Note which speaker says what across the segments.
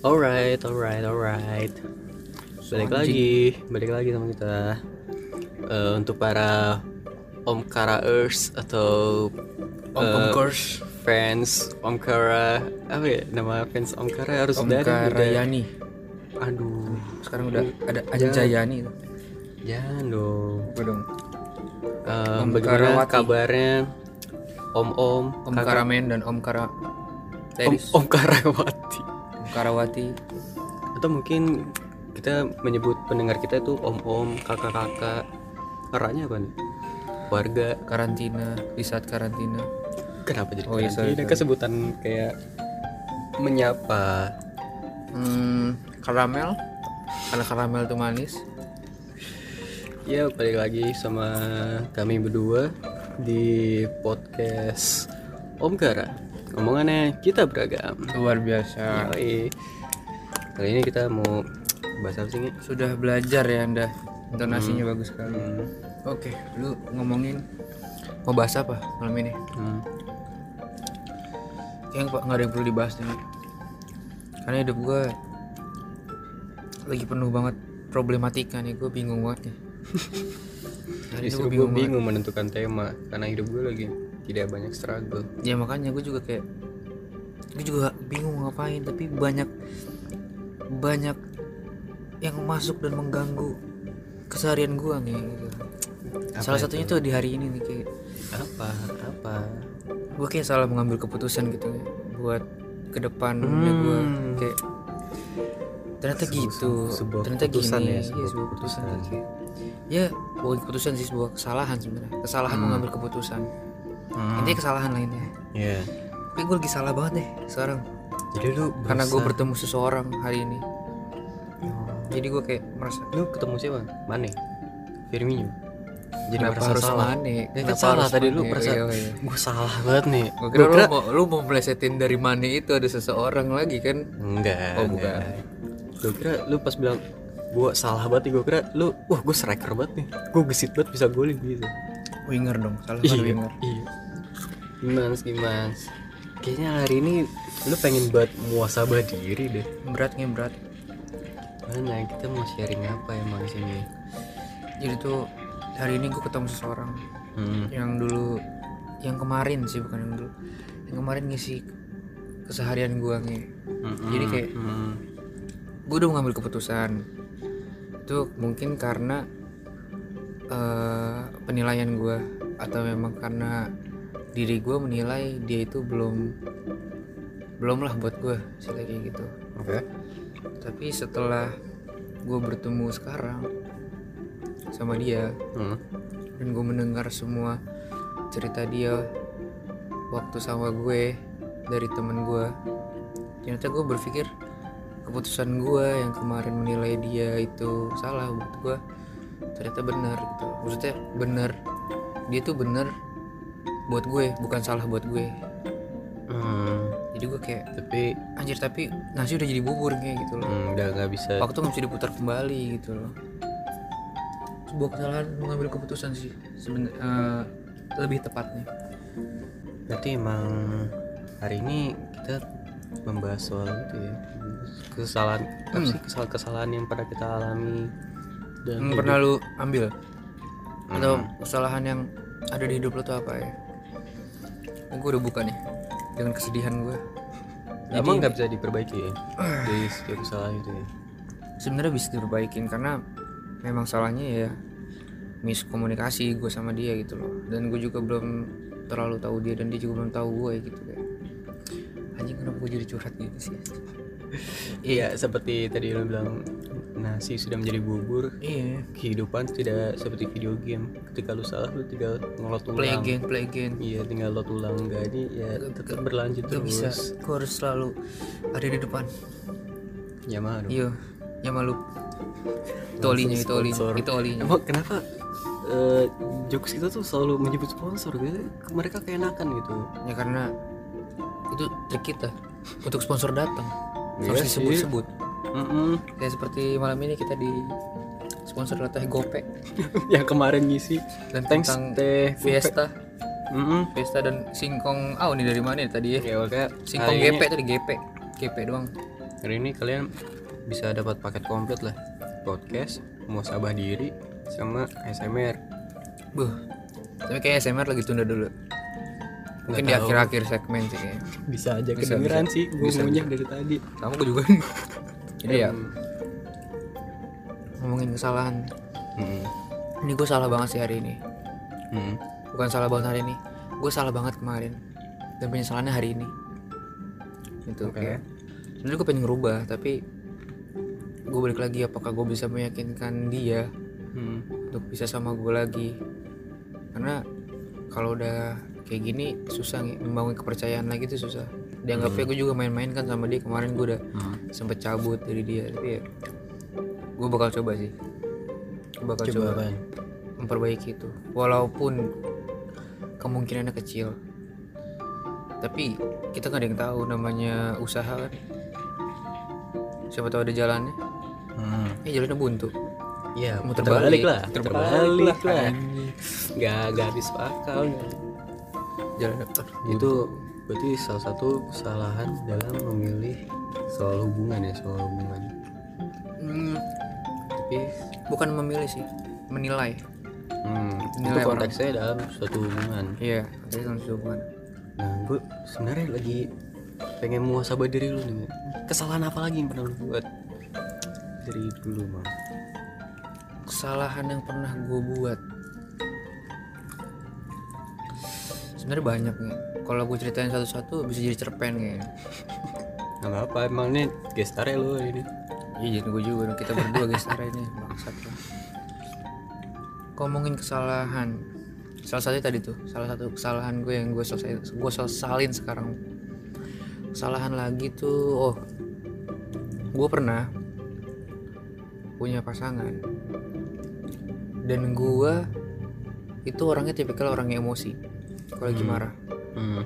Speaker 1: Alright, alright, alright. Balik lagi, balik lagi sama kita. Eh, untuk para Om Karaers atau eh,
Speaker 2: Om Om Kors,
Speaker 1: fans Om Kara, apa ya nama fans Om Kara harus
Speaker 2: Om
Speaker 1: udah ada, udah.
Speaker 2: Karayani.
Speaker 1: Aduh,
Speaker 2: Sekarang udah ada Anjayani itu.
Speaker 1: jangan dong.
Speaker 2: Iya. Apa dong?
Speaker 1: Eh,
Speaker 2: Om
Speaker 1: bagaimana
Speaker 2: Karawati.
Speaker 1: kabarnya Om Om
Speaker 2: Om
Speaker 1: kakak-
Speaker 2: Karamen dan Om Kara
Speaker 1: Om,
Speaker 2: Ladies,
Speaker 1: Om Karawati?
Speaker 2: Om Karawati.
Speaker 1: Atau mungkin kita menyebut pendengar kita itu Om Om, Kakak Kakak. Karanya apa nih? Warga.
Speaker 2: Karantina, di saat karantina.
Speaker 1: Kenapa jadi
Speaker 2: Oh iya, sorry,
Speaker 1: karantina?
Speaker 2: sorry.
Speaker 1: Kesebutan kayak menyapa.
Speaker 2: Hmm, karamel. Karena karamel itu manis.
Speaker 1: Ya balik lagi sama kami berdua di podcast Om Kara. Omongannya kita beragam.
Speaker 2: Luar biasa.
Speaker 1: Yoi. Kali ini kita mau bahas apa sih Nge?
Speaker 2: Sudah belajar ya Anda. Intonasinya bagus sekali.
Speaker 1: Hmm,
Speaker 2: Oke, lu ngomongin mau bahas apa malam ini?
Speaker 1: hmm.
Speaker 2: Kayaknya nggak ada yang perlu dibahas nih. Karena hidup gue lagi penuh banget problematika nih, gue bingung banget nih. Hari ini
Speaker 1: Justru
Speaker 2: gue
Speaker 1: gue
Speaker 2: bingung.
Speaker 1: bingung menentukan tema karena hidup gue lagi tidak banyak struggle.
Speaker 2: Ya makanya gue juga kayak gue juga bingung mau ngapain, tapi banyak banyak yang masuk dan mengganggu keseharian gue nih. gitu.
Speaker 1: Apa
Speaker 2: Salah
Speaker 1: itu?
Speaker 2: satunya tuh di hari ini nih kayak
Speaker 1: Apa? Apa?
Speaker 2: gue kayak salah mengambil keputusan gitu ya, buat ke depan gue
Speaker 1: Hmm.
Speaker 2: kayak ternyata
Speaker 1: Sebuah-
Speaker 2: gitu
Speaker 1: sebuah
Speaker 2: ternyata
Speaker 1: keputusan
Speaker 2: gini
Speaker 1: ya,
Speaker 2: ya,
Speaker 1: sebuah
Speaker 2: sebuah, keputusan,
Speaker 1: keputusan.
Speaker 2: Kayak- ya bukan keputusan sih sebuah kesalahan sebenarnya kesalahan
Speaker 1: Hmm.
Speaker 2: mengambil keputusan intinya kesalahan lainnya
Speaker 1: Ya.
Speaker 2: tapi gue lagi salah banget deh sekarang
Speaker 1: Jadi lu
Speaker 2: karena gue
Speaker 1: berusaha-
Speaker 2: bertemu seseorang hari ini
Speaker 1: Oh.
Speaker 2: jadi gue kayak merasa
Speaker 1: lu ketemu siapa? Mane. Firmino. Jadi
Speaker 2: kenapa
Speaker 1: merasa
Speaker 2: harus
Speaker 1: salah.
Speaker 2: Mane?
Speaker 1: Ya, kan
Speaker 2: Kenapa
Speaker 1: salah
Speaker 2: harus
Speaker 1: tadi lu
Speaker 2: Mane?
Speaker 1: merasa
Speaker 2: Iya, iya.
Speaker 1: gue salah banget nih.
Speaker 2: Gue kira,
Speaker 1: Gua
Speaker 2: lu mau lu mau melesetin dari Mane itu ada seseorang lagi kan
Speaker 1: enggak.
Speaker 2: Oh,
Speaker 1: enggak.
Speaker 2: bukan.
Speaker 1: Gua kira lu pas bilang gue salah banget nih gue kira lu wah gue striker banget nih gue gesit banget bisa golin gitu
Speaker 2: winger dong salah satu winger
Speaker 1: iya gimana gimana kayaknya hari ini lu pengen buat muasabah diri deh
Speaker 2: berat nih berat
Speaker 1: Mana kita mau sharing apa emang sini?
Speaker 2: jadi tuh hari ini gue ketemu seseorang
Speaker 1: Hmm.
Speaker 2: yang dulu yang kemarin sih bukan yang dulu yang kemarin ngisi keseharian gue nih Jadi kayak-
Speaker 1: hmm.
Speaker 2: gue udah mengambil keputusan itu mungkin karena eh, penilaian gue atau memang karena diri gue menilai dia itu belum belum lah buat gue sila kayak gitu
Speaker 1: Oke.
Speaker 2: tapi setelah gue bertemu sekarang sama dia
Speaker 1: Hmm.
Speaker 2: dan gue mendengar semua cerita dia waktu sama gue dari temen gue ternyata gue berpikir keputusan gue yang kemarin menilai dia itu salah buat gue ternyata benar gitu maksudnya benar dia tuh benar buat gue bukan salah buat gue
Speaker 1: Hmm.
Speaker 2: jadi gue kayak
Speaker 1: Tapi
Speaker 2: anjir tapi nasi udah jadi bubur kayak gitu loh
Speaker 1: hmm, udah nggak bisa.
Speaker 2: waktu nggak bisa diputar kembali gitu loh sebuah kesalahan mengambil keputusan sih sebenarnya lebih tepatnya
Speaker 1: Berarti emang hari ini kita membahas soal itu ya kesalahan
Speaker 2: Hmm.
Speaker 1: apa sih kesalahan-kesalahan yang pernah kita alami dan
Speaker 2: yang Hmm, pernah lu ambil atau kesalahan yang ada di hidup lu tuh apa ya ini gue udah buka nih dengan kesedihan gue
Speaker 1: emang nggak bisa diperbaiki ya dari setiap kesalahan itu ya.
Speaker 2: sebenarnya bisa diperbaikin karena memang salahnya ya miskomunikasi gue sama dia gitu loh dan gue juga belum terlalu tahu dia dan dia juga belum tahu gue gitu kayak anjing kenapa gue jadi curhat gitu sih
Speaker 1: Iya seperti tadi lo bilang nasi sudah menjadi bubur
Speaker 2: iya
Speaker 1: kehidupan tidak seperti video game ketika lu salah lu tinggal ngolot
Speaker 2: play
Speaker 1: ulang
Speaker 2: again play again
Speaker 1: iya tinggal lo ulang gak ini ya tetap berlanjut terus
Speaker 2: gak bisa gue harus selalu ada di depan
Speaker 1: ya mah aduh.
Speaker 2: iya nyama lu itu olinya itu olinya
Speaker 1: Sponsor.
Speaker 2: itu olinya
Speaker 1: emang kenapa eh, jokes kita tuh selalu menyebut sponsor gitu mereka keenakan gitu
Speaker 2: ya karena itu trik kita untuk sponsor datang
Speaker 1: Iya
Speaker 2: harus
Speaker 1: sih.
Speaker 2: disebut-sebut
Speaker 1: Mm-mm.
Speaker 2: kayak seperti malam ini kita di sponsor oleh teh gope
Speaker 1: yang kemarin ngisi
Speaker 2: dan
Speaker 1: thanks
Speaker 2: tentang
Speaker 1: teh
Speaker 2: fiesta
Speaker 1: Mm-mm.
Speaker 2: fiesta dan singkong ah ini dari mana ya tadi ya
Speaker 1: ya oke
Speaker 2: singkong
Speaker 1: hari ini-
Speaker 2: gp tadi gp gp doang
Speaker 1: hari ini kalian bisa dapat paket komplit lah podcast muasabah diri sama ASMR
Speaker 2: Buh. Tapi kayak SMR lagi tunda dulu. Mungkin di
Speaker 1: tahu.
Speaker 2: akhir-akhir segmen sih kayaknya.
Speaker 1: bisa aja
Speaker 2: Bisa,
Speaker 1: kedengeran
Speaker 2: bisa.
Speaker 1: sih gue
Speaker 2: Bisa,
Speaker 1: ngunyah dari tadi
Speaker 2: Sama gue juga nih. Jadi ya
Speaker 1: Hmm.
Speaker 2: ngomongin kesalahan.
Speaker 1: Hmm.
Speaker 2: Ini gue salah banget sih hari ini.
Speaker 1: Hmm.
Speaker 2: Bukan salah banget hari ini. Gue salah banget kemarin. Dan penyesalannya hari ini. Gitu
Speaker 1: Oke.
Speaker 2: ya. Sebenernya gue pengen ngerubah tapi gue balik lagi apakah gue bisa meyakinkan dia
Speaker 1: Hmm.
Speaker 2: untuk bisa sama gue lagi karena kalau udah kayak gini susah nih, membangun kepercayaan lagi tuh susah dianggapnya gue juga main-main kan sama dia kemarin gue udah
Speaker 1: Hmm.
Speaker 2: sempet cabut dari dia tapi ya gue bakal coba sih gue bakal
Speaker 1: coba
Speaker 2: coba,
Speaker 1: apaan?
Speaker 2: memperbaiki itu walaupun kemungkinannya kecil tapi kita nggak ada yang tahu namanya usaha kan siapa tahu ada jalannya
Speaker 1: Hmm.
Speaker 2: eh jalannya buntu
Speaker 1: Ya,
Speaker 2: Muter
Speaker 1: muter balik
Speaker 2: balik.
Speaker 1: lah.
Speaker 2: Muter
Speaker 1: Terbalik
Speaker 2: balik lah.
Speaker 1: lah. Gak, gak habis akal.
Speaker 2: jalannya
Speaker 1: Itu berarti salah satu kesalahan dalam memilih soal hubungan ya, soal hubungan.
Speaker 2: Hmm,
Speaker 1: Tapi
Speaker 2: bukan memilih sih menilai
Speaker 1: hmm, itu
Speaker 2: Nilai orang.
Speaker 1: konteksnya dalam suatu hubungan.
Speaker 2: iya dari tahun hubungan
Speaker 1: Nah, gue sebenarnya lagi pengen muhasabah diri lu nih. Kesalahan apa lagi yang pernah lu buat? Dari dulu, Mang.
Speaker 2: kesalahan yang pernah gue buat sebenarnya banyak nih kalau gue ceritain satu-satu bisa jadi cerpen kayaknya
Speaker 1: Gak apa-apa, emang ini gestarnya lu ini.
Speaker 2: iya jadi gue juga dong. kita berdua guys hari ini bangsat lah. ngomongin kesalahan salah satu tadi tuh salah satu kesalahan gue yang gue selesai gue selesalin sekarang kesalahan lagi tuh oh gue pernah punya pasangan dan gue itu orangnya tipikal orang yang emosi kalau lagi
Speaker 1: Hmm.
Speaker 2: marah
Speaker 1: Hmm.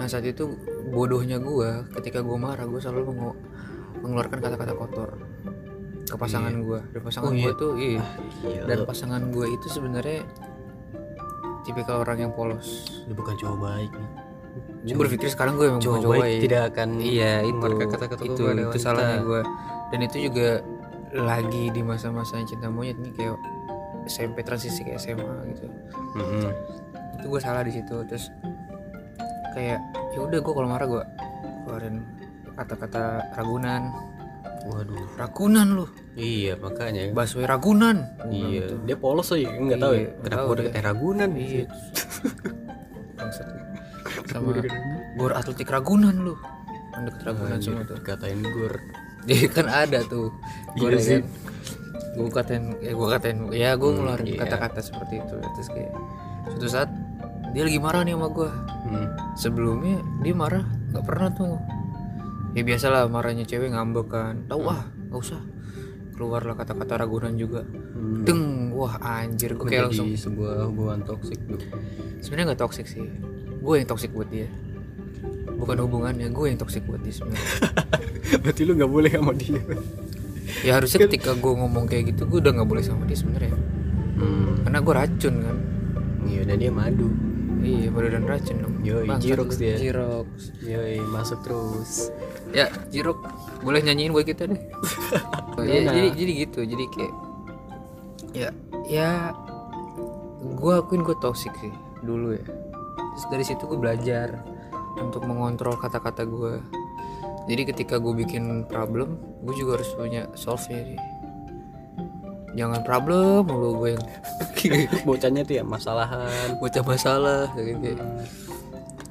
Speaker 2: Nah saat itu bodohnya gua ketika gua marah gua selalu mengu- mengeluarkan kata-kata kotor ke pasangan
Speaker 1: Iya.
Speaker 2: gua dan pasangan
Speaker 1: Oh,
Speaker 2: gua
Speaker 1: iya.
Speaker 2: tuh iya
Speaker 1: Gila,
Speaker 2: dan
Speaker 1: lu,
Speaker 2: pasangan gua itu sebenarnya tipikal orang yang polos.
Speaker 1: lu bukan cowok baik nih.
Speaker 2: Gue berpikir sekarang gue emang ya.
Speaker 1: Cowok
Speaker 2: bukan cowok
Speaker 1: baik
Speaker 2: baik.
Speaker 1: tidak akan
Speaker 2: Iya itu
Speaker 1: mengeluarkan kata-kata
Speaker 2: itu
Speaker 1: kepada
Speaker 2: itu
Speaker 1: wanita.
Speaker 2: salahnya gua dan itu juga lagi di masa-masa yang cinta monyet nih kayak SMP transisi ke SMA gitu.
Speaker 1: Mm-mm.
Speaker 2: itu gue salah di situ terus kayak ya udah gue kalau marah gue keluarin kata-kata ragunan
Speaker 1: Waduh.
Speaker 2: ragunan lu
Speaker 1: Iya makanya.
Speaker 2: busway ragunan Gua bilang
Speaker 1: Iya.
Speaker 2: gitu.
Speaker 1: Dia polos sih, nggak tahu ya.
Speaker 2: Iya, nggak
Speaker 1: Kenapa
Speaker 2: tahu
Speaker 1: udah
Speaker 2: dia.
Speaker 1: kayak ragunan gitu
Speaker 2: iya
Speaker 1: sih.
Speaker 2: Bangsat. sama gor atletik ragunan lu kan deket ragunan
Speaker 1: Anjir,
Speaker 2: semua tuh
Speaker 1: Katain gur.
Speaker 2: jadi kan ada tuh
Speaker 1: Iya sih.
Speaker 2: gue katain ya gue katain ya gue
Speaker 1: Hmm,
Speaker 2: ngeluarin
Speaker 1: iya.
Speaker 2: kata-kata seperti itu terus kayak suatu saat dia lagi marah nih sama gue
Speaker 1: Hmm.
Speaker 2: sebelumnya dia marah nggak pernah tuh ya biasalah marahnya cewek ngambek kan tahu ah nggak usah keluarlah kata-kata ragunan juga
Speaker 1: Hmm.
Speaker 2: deng wah anjir gue kayak
Speaker 1: Menjadi
Speaker 2: langsung
Speaker 1: sebuah hubungan toksik tuh.
Speaker 2: sebenarnya nggak toxic sih gue yang toxic buat dia bukan hubungannya gue yang toxic buat dia sebenarnya
Speaker 1: Berarti lu nggak boleh sama dia.
Speaker 2: ya
Speaker 1: Kan
Speaker 2: harusnya ketika gue ngomong kayak gitu gue udah nggak boleh sama dia sebenarnya
Speaker 1: Hmm.
Speaker 2: karena gue racun kan
Speaker 1: Iya dan dia madu.
Speaker 2: iya baru dan racun dong
Speaker 1: Yoi,
Speaker 2: Bangsat
Speaker 1: Jirox
Speaker 2: lu,
Speaker 1: dia.
Speaker 2: jirox
Speaker 1: Yoi masuk terus.
Speaker 2: ya Jirok boleh nyanyiin buat kita deh ya,
Speaker 1: Gimana?
Speaker 2: jadi jadi gitu jadi kayak ya ya gue akuin gue toxic sih dulu ya terus dari situ gue belajar untuk mengontrol kata-kata gue jadi ketika gue bikin problem gue juga harus punya solve nya jangan problem mulu gue yang
Speaker 1: Bocahnya tuh ya masalahan.
Speaker 2: bocah masalah kayak kayak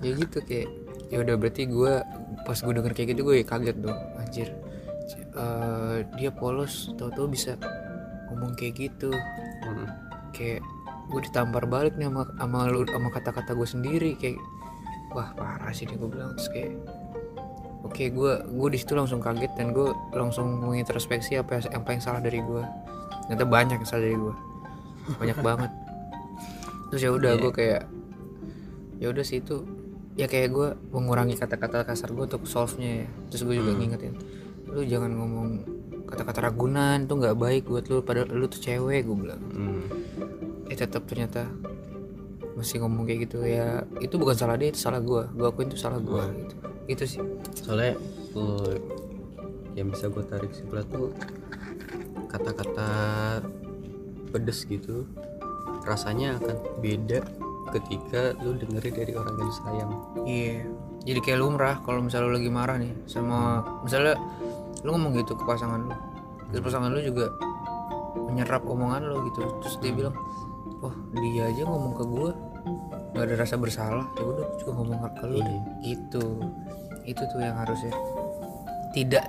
Speaker 2: ya gitu kayak ya udah berarti gue pas gue denger kayak gitu gue kaget dong anjir c- eh, dia polos tahu-tahu bisa ngomong kayak gitu
Speaker 1: Hmm.
Speaker 2: kayak gue ditampar balik nih sama sama, lu- sama kata-kata gue sendiri kayak wah parah sih nih gue bilang terus kayak oke gue gue di situ langsung kaget dan gue langsung mengintrospeksi apa yang, apa yang salah dari gue ternyata banyak yang salah dari gue banyak banget terus ya udah gue kayak ya udah sih itu ya kayak gue mengurangi kata-kata kasar gue untuk solve nya ya terus gue juga
Speaker 1: Hmm.
Speaker 2: ngingetin lu jangan ngomong kata-kata ragunan tuh nggak baik buat lu padahal lu tuh cewek gue bilang
Speaker 1: Hmm.
Speaker 2: eh tetap ternyata masih ngomong kayak gitu ya Gitu itu bukan salah dia itu salah gua gua akuin itu salah gua gitu itu sih
Speaker 1: Soalnya eh, yang bisa gue tarik sebelah tuh kata-kata pedes gitu rasanya akan beda ketika lu dengerin dari orang yang lu sayang
Speaker 2: Iya. Jadi kayak lumrah kalau misalnya lu lagi marah nih sama misalnya lu ngomong gitu ke pasangan lu. Terus pasangan lu juga menyerap omongan lu gitu. Terus dia bilang, "Wah, dia aja ngomong ke gua nggak ada rasa bersalah. Ya udah, gua juga ngomong ke lu deh." Gitu. Itu tuh yang harusnya tidak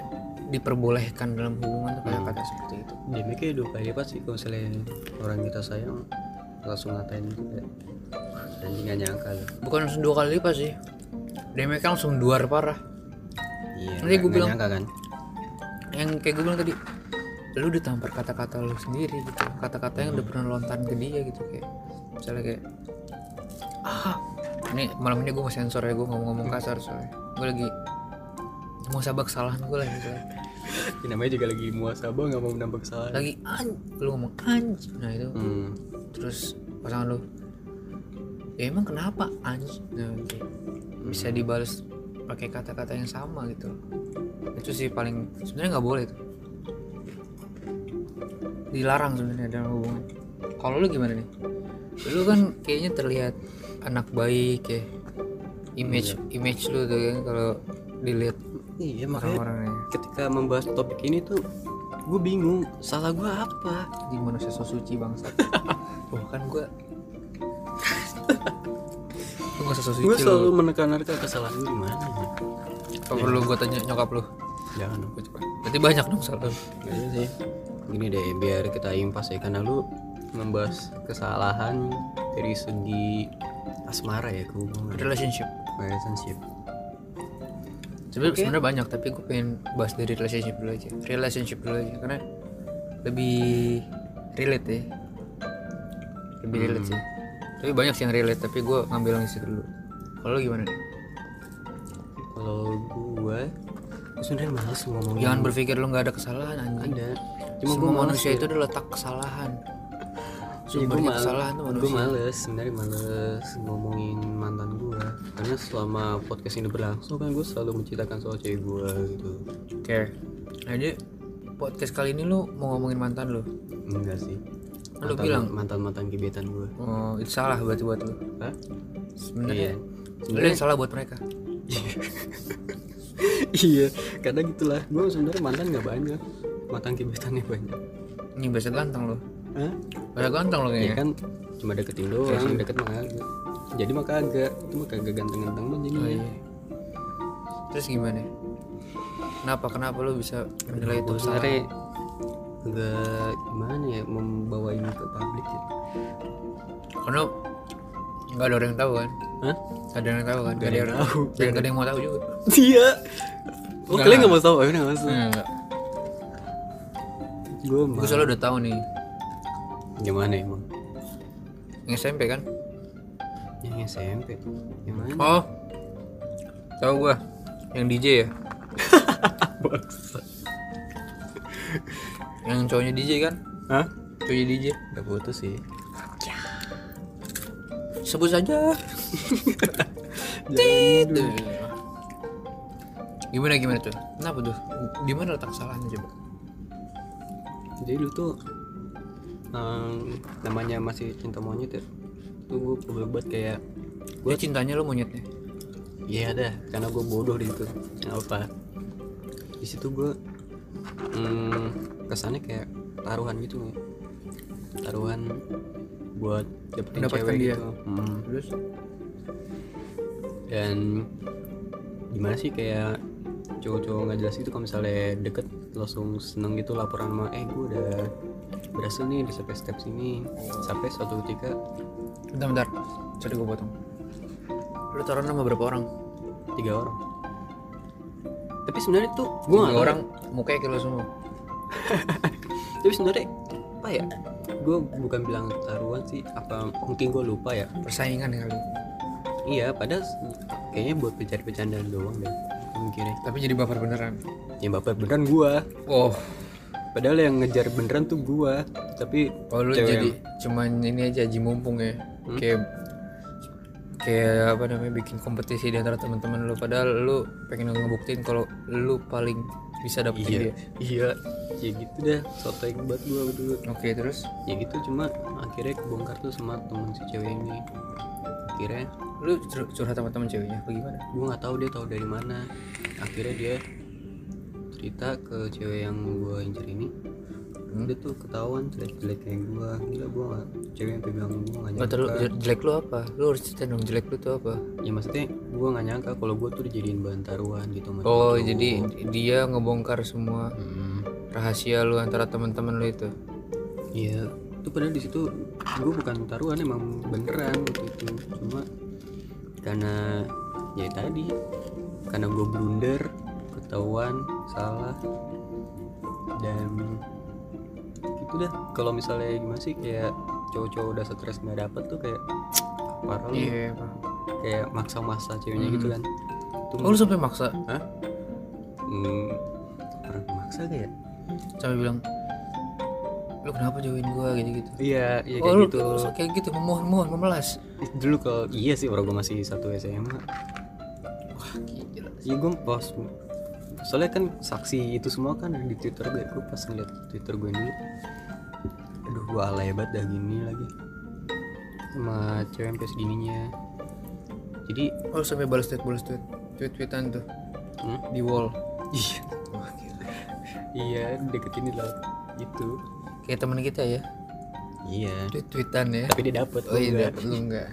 Speaker 2: diperbolehkan dalam hubungan tuh kata-kata seperti itu.
Speaker 1: Demiknya dua kali lipat sih kalau misalnya orang kita sayang langsung ngatain gitu ya. Anjing gak nyangka loh.
Speaker 2: Bukan langsung dua kali lipat sih. DMK langsung duar parah.
Speaker 1: Iya.
Speaker 2: Nanti
Speaker 1: nggak-
Speaker 2: gua
Speaker 1: nggak
Speaker 2: bilang-
Speaker 1: nyangka kan.
Speaker 2: yang kayak gue bilang tadi lu ditampar kata-kata lu sendiri gitu kata-kata yang udah pernah lontan ke dia gitu kayak misalnya kayak ah ini malam ini gue mau sensor ya gue ngomong-ngomong kasar soalnya gue lagi mau sabak kesalahan gue lah gitu kan. misalnya
Speaker 1: Ini namanya juga lagi muasabah nggak mau menambah kesalahan.
Speaker 2: lagi an lu ngomong anj nah itu
Speaker 1: Hmm.
Speaker 2: terus pasangan lu ya emang kenapa anj nah, gitu. bisa dibalas pakai kata-kata yang sama gitu itu sih paling sebenarnya nggak boleh tuh dilarang sebenarnya dalam hubungan kalau lu gimana nih lu kan kayaknya terlihat anak baik ya image image lu tuh kan kalau dilihat ya.
Speaker 1: Iya makanya
Speaker 2: orang-orangnya
Speaker 1: ketika membahas topik ini tuh gue bingung salah gue apa
Speaker 2: di manusia so suci bangsa oh kan gua lu gak usah so
Speaker 1: gue
Speaker 2: suci lu
Speaker 1: selalu menekan-nekan kesalahan gue di mana ya?
Speaker 2: Apa perlu gue tanya nyokap lu?
Speaker 1: jangan dong
Speaker 2: Gua coba. Berarti banyak dong salah lu.
Speaker 1: Iya sih. Gini deh, biar kita impas ya karena lu membahas kesalahan dari segi asmara ya kehubungan
Speaker 2: Relationship.
Speaker 1: relationship.
Speaker 2: Sebenarnya
Speaker 1: Oke.
Speaker 2: sebenarnya banyak tapi gue pengen bahas dari relationship dulu aja. Relationship dulu aja karena lebih relate ya. Lebih relate
Speaker 1: Hmm.
Speaker 2: sih. Tapi banyak sih yang relate tapi gue ngambil yang itu dulu. Kalau lu gimana?
Speaker 1: Hmm. Kalau gua gua sebenarnya males ngomong
Speaker 2: Jangan berpikir lu nggak ada kesalahan anjing.
Speaker 1: ada. Cuma
Speaker 2: Semua
Speaker 1: gua males.
Speaker 2: manusia itu ada letak kesalahan.
Speaker 1: Ya, gua
Speaker 2: Sumbernya
Speaker 1: mal-
Speaker 2: kesalahan tuh
Speaker 1: Gua
Speaker 2: manusia.
Speaker 1: males, sebenarnya males ngomongin mantan gua karena selama podcast ini berlangsung kan gua selalu menceritakan soal cewek gua gitu.
Speaker 2: Oke. Jadi Nah, podcast kali ini lu mau ngomongin mantan lu.
Speaker 1: Enggak sih.
Speaker 2: Lu
Speaker 1: Mantan-
Speaker 2: bilang?
Speaker 1: mantan-mantan gebetan gua.
Speaker 2: Oh, itu salah berarti buat lu.
Speaker 1: Hah? Iya.
Speaker 2: Sebenarnya lu
Speaker 1: Sebenarnya
Speaker 2: yang salah buat mereka.
Speaker 1: iya karena gitulah gue sebenarnya mantan nggak banyak mantan gebetannya banyak
Speaker 2: Ini biasa ganteng lu.
Speaker 1: Hah? Iya.
Speaker 2: Biasa ganteng lu
Speaker 1: ya
Speaker 2: kayaknya.
Speaker 1: kan cuma deketin doang deket mah kagak jadi mah kagak itu mah kagak ganteng-ganteng mah jadi
Speaker 2: Oh, iya. Terus gimana? Kenapa kenapa lu bisa menilai itu
Speaker 1: gue
Speaker 2: salah?
Speaker 1: sebenarnya agak gimana ya membawa ini ke publik ya
Speaker 2: Karena nggak ada orang yang tahu kan.
Speaker 1: Hah?
Speaker 2: Nggak ada orang yang tahu kan. Nggak ada orang tahu. Dan nggak ada yang mau tahu juga.
Speaker 1: iya oh
Speaker 2: Enggak
Speaker 1: kalian
Speaker 2: lah.
Speaker 1: nggak mau tahu kalian nggak mau tahu
Speaker 2: Nah,
Speaker 1: gue
Speaker 2: gue
Speaker 1: mah
Speaker 2: soalnya udah tahu nih.
Speaker 1: gimana emang
Speaker 2: Yang SMP kan?
Speaker 1: yang SMP gimana
Speaker 2: Oh. Tahu gua. Yang DJ ya? yang cowoknya DJ kan?
Speaker 1: Hah?
Speaker 2: Cowoknya DJ.
Speaker 1: Gak putus sih
Speaker 2: Sebut saja.
Speaker 1: Jangan dulu.
Speaker 2: gimana gimana tuh? Kenapa tuh? Di mana letak salahnya coba?
Speaker 1: jadi lu tuh em, namanya masih cinta monyet ya tuh gue berbuat kayak
Speaker 2: Gue cintanya lu monyetnya.
Speaker 1: iya dah karena gue bodoh di situ apa di situ gue kesannya kayak taruhan gitu nih taruhan buat dapetin
Speaker 2: Mendapatkan
Speaker 1: cewek
Speaker 2: dia.
Speaker 1: gitu Mm.
Speaker 2: Terus
Speaker 1: dan gimana sih kayak cowok-cowok nggak jelas itu kalau misalnya deket langsung seneng gitu laporan sama eh gue udah berhasil nih di sampai step sini sampai suatu ketika
Speaker 2: bentar bentar. Sorry gue potong. Lu taruhan sama berapa orang?
Speaker 1: tiga orang tapi sebenarnya tuh gue
Speaker 2: Gua
Speaker 1: nggak
Speaker 2: orang mukanya kayak lu semua.
Speaker 1: tapi sebenarnya apa ya gue bukan bilang taruhan sih apa mungkin gue lupa ya
Speaker 2: Persaingan kali.
Speaker 1: iya padahal se- kayaknya buat bercanda-bercandaan doang deh mungkin
Speaker 2: Tapi jadi baper beneran.
Speaker 1: yang baper beneran gue
Speaker 2: Oh,
Speaker 1: padahal yang ngejar beneran tuh gue tapi
Speaker 2: Oh lu
Speaker 1: cewek
Speaker 2: jadi
Speaker 1: yang-
Speaker 2: cuman ini aja aji mumpung ya. Kayak kayak apa namanya bikin kompetisi di antara teman-teman lu padahal lu pengen ngebuktiin kalau lu paling bisa
Speaker 1: iya
Speaker 2: dapetin dia
Speaker 1: iya ya gitu dah sotek banget gue dulu
Speaker 2: oke terus
Speaker 1: gitu. ya gitu cuma akhirnya kebongkar tuh sama temen si cewek ini akhirnya
Speaker 2: lu cur- curhat sama temen ceweknya apa gimana
Speaker 1: gue nggak tahu dia tahu dari mana akhirnya dia cerita ke cewek yang gue incer ini dia tuh ketahuan jelek-jelek kayak gue gila gue nggak cewek yang pegang gue nggak
Speaker 2: nggak
Speaker 1: nyangka
Speaker 2: terlalu jelek lu apa lu harus cerita dong jelek lu tuh apa
Speaker 1: ya maksudnya gue nggak nyangka kalau gue tuh dijadiin bahan taruhan gitu sama cowok.
Speaker 2: oh jadi dia ngebongkar semua
Speaker 1: Mm,
Speaker 2: rahasia lu antara teman-teman lu itu
Speaker 1: iya itu padahal di situ gue bukan taruhan emang beneran waktu itu cuma karena ya tadi karena gue blunder ketahuan salah dan gitu dah kalau misalnya gimana sih kayak cowok-cowok udah stres nggak dapet tuh kayak parah lu.
Speaker 2: iya Pak.
Speaker 1: kayak maksa-maksa ceweknya gitu kan itu
Speaker 2: oh lu sampai maksa
Speaker 1: Hah? Hmm, orang maksa kayak
Speaker 2: sampai bilang lu kenapa jauhin gua gitu gitu
Speaker 1: iya iya
Speaker 2: oh
Speaker 1: kayak
Speaker 2: lu
Speaker 1: gitu
Speaker 2: lu kayak gitu memohon mohon memelas
Speaker 1: dulu kalau iya sih orang gue masih satu SMA
Speaker 2: wah gila
Speaker 1: iya gue pas soalnya kan saksi itu semua kan ada di Twitter gue gue pas ngeliat Twitter gue dulu aduh gue alay banget dah gini lagi sama cewek sampai segininya jadi
Speaker 2: oh lu sampai balas tweet balas tweet tweet tweetan tuh
Speaker 1: hmm,
Speaker 2: di wall
Speaker 1: iya
Speaker 2: wah gila
Speaker 1: iya deketin lah gitu
Speaker 2: kayak teman kita ya
Speaker 1: iya
Speaker 2: tweet tweetan ya
Speaker 1: tapi dia dapet
Speaker 2: oh
Speaker 1: gua
Speaker 2: iya
Speaker 1: enggak.
Speaker 2: dapet lu enggak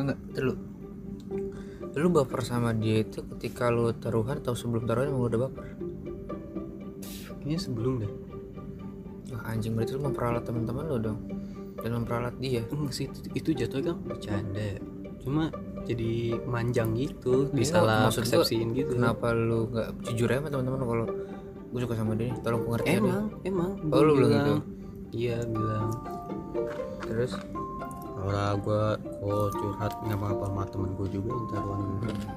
Speaker 2: enggak terus lu baper sama dia itu ketika lu taruhan atau sebelum taruhan emang lu udah baper
Speaker 1: kayaknya sebelum dah
Speaker 2: Wah anjing berarti lu memperalat teman-teman lu dong dan memperalat dia
Speaker 1: Enggak sih, itu, itu jatuhnya kan bercanda cuma jadi manjang gitu
Speaker 2: Iya,
Speaker 1: disalah
Speaker 2: maksud gua,
Speaker 1: persepsiin gitu
Speaker 2: kenapa lu nggak jujur aja sama teman-teman lu kalau gue suka sama dia nih, tolong pengertian ya.
Speaker 1: emang emang
Speaker 2: Oh,
Speaker 1: gua
Speaker 2: lu bilang
Speaker 1: bilang. iya bilang
Speaker 2: terus
Speaker 1: orang gue kok oh, curhat nggak apa-apa sama temen gue juga yang taruhan juga itu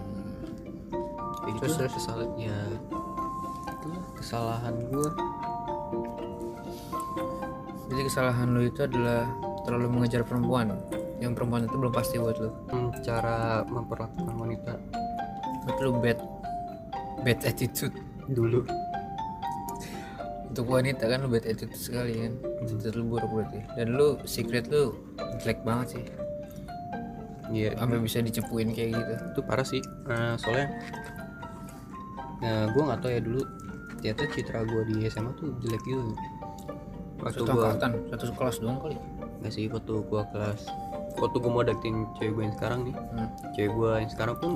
Speaker 2: Hmm. Terus,
Speaker 1: terus kesalahan ya itulah kesalahan gue
Speaker 2: jadi kesalahan lu itu adalah terlalu mengejar perempuan yang perempuan itu belum pasti buat lu
Speaker 1: hmm, cara memperlakukan wanita
Speaker 2: berarti lu bad bad attitude
Speaker 1: dulu
Speaker 2: untuk wanita kan lu bad attitude sekali kan attitude lu buruk berarti dan lu secret lu jelek banget sih
Speaker 1: iya
Speaker 2: sampai bisa dicepuin kayak gitu
Speaker 1: itu parah sih Eh, soalnya nah gue nggak tahu ya dulu ternyata citra gue di SMA tuh jelek gitu waktu
Speaker 2: satu
Speaker 1: gue
Speaker 2: angkatan satu kelas doang kali
Speaker 1: nggak sih waktu gue kelas waktu gue mau deketin cewek gue yang sekarang nih
Speaker 2: Hmm.
Speaker 1: cewek gue yang sekarang pun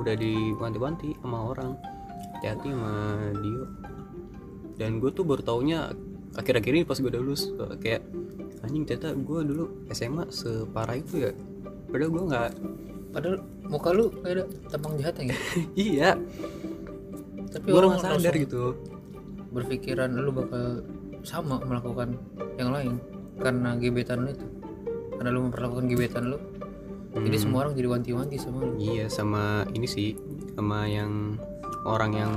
Speaker 1: udah diwanti-wanti sama orang hati-hati sama Dio dan gue tuh baru taunya akhir-akhir ini pas gue udah lulus kayak anjing ternyata gue dulu SMA separah itu ya padahal gue nggak
Speaker 2: padahal muka lu kayak ada tampang jahatnya gitu
Speaker 1: iya
Speaker 2: tapi
Speaker 1: gue
Speaker 2: orang
Speaker 1: nggak sadar
Speaker 2: langsung
Speaker 1: gitu
Speaker 2: berpikiran lu bakal sama melakukan yang lain karena gebetan lu itu karena lu memperlakukan gebetan lu jadi semua orang jadi wanti-wanti sama lu
Speaker 1: Iya sama ini sih sama yang orang yang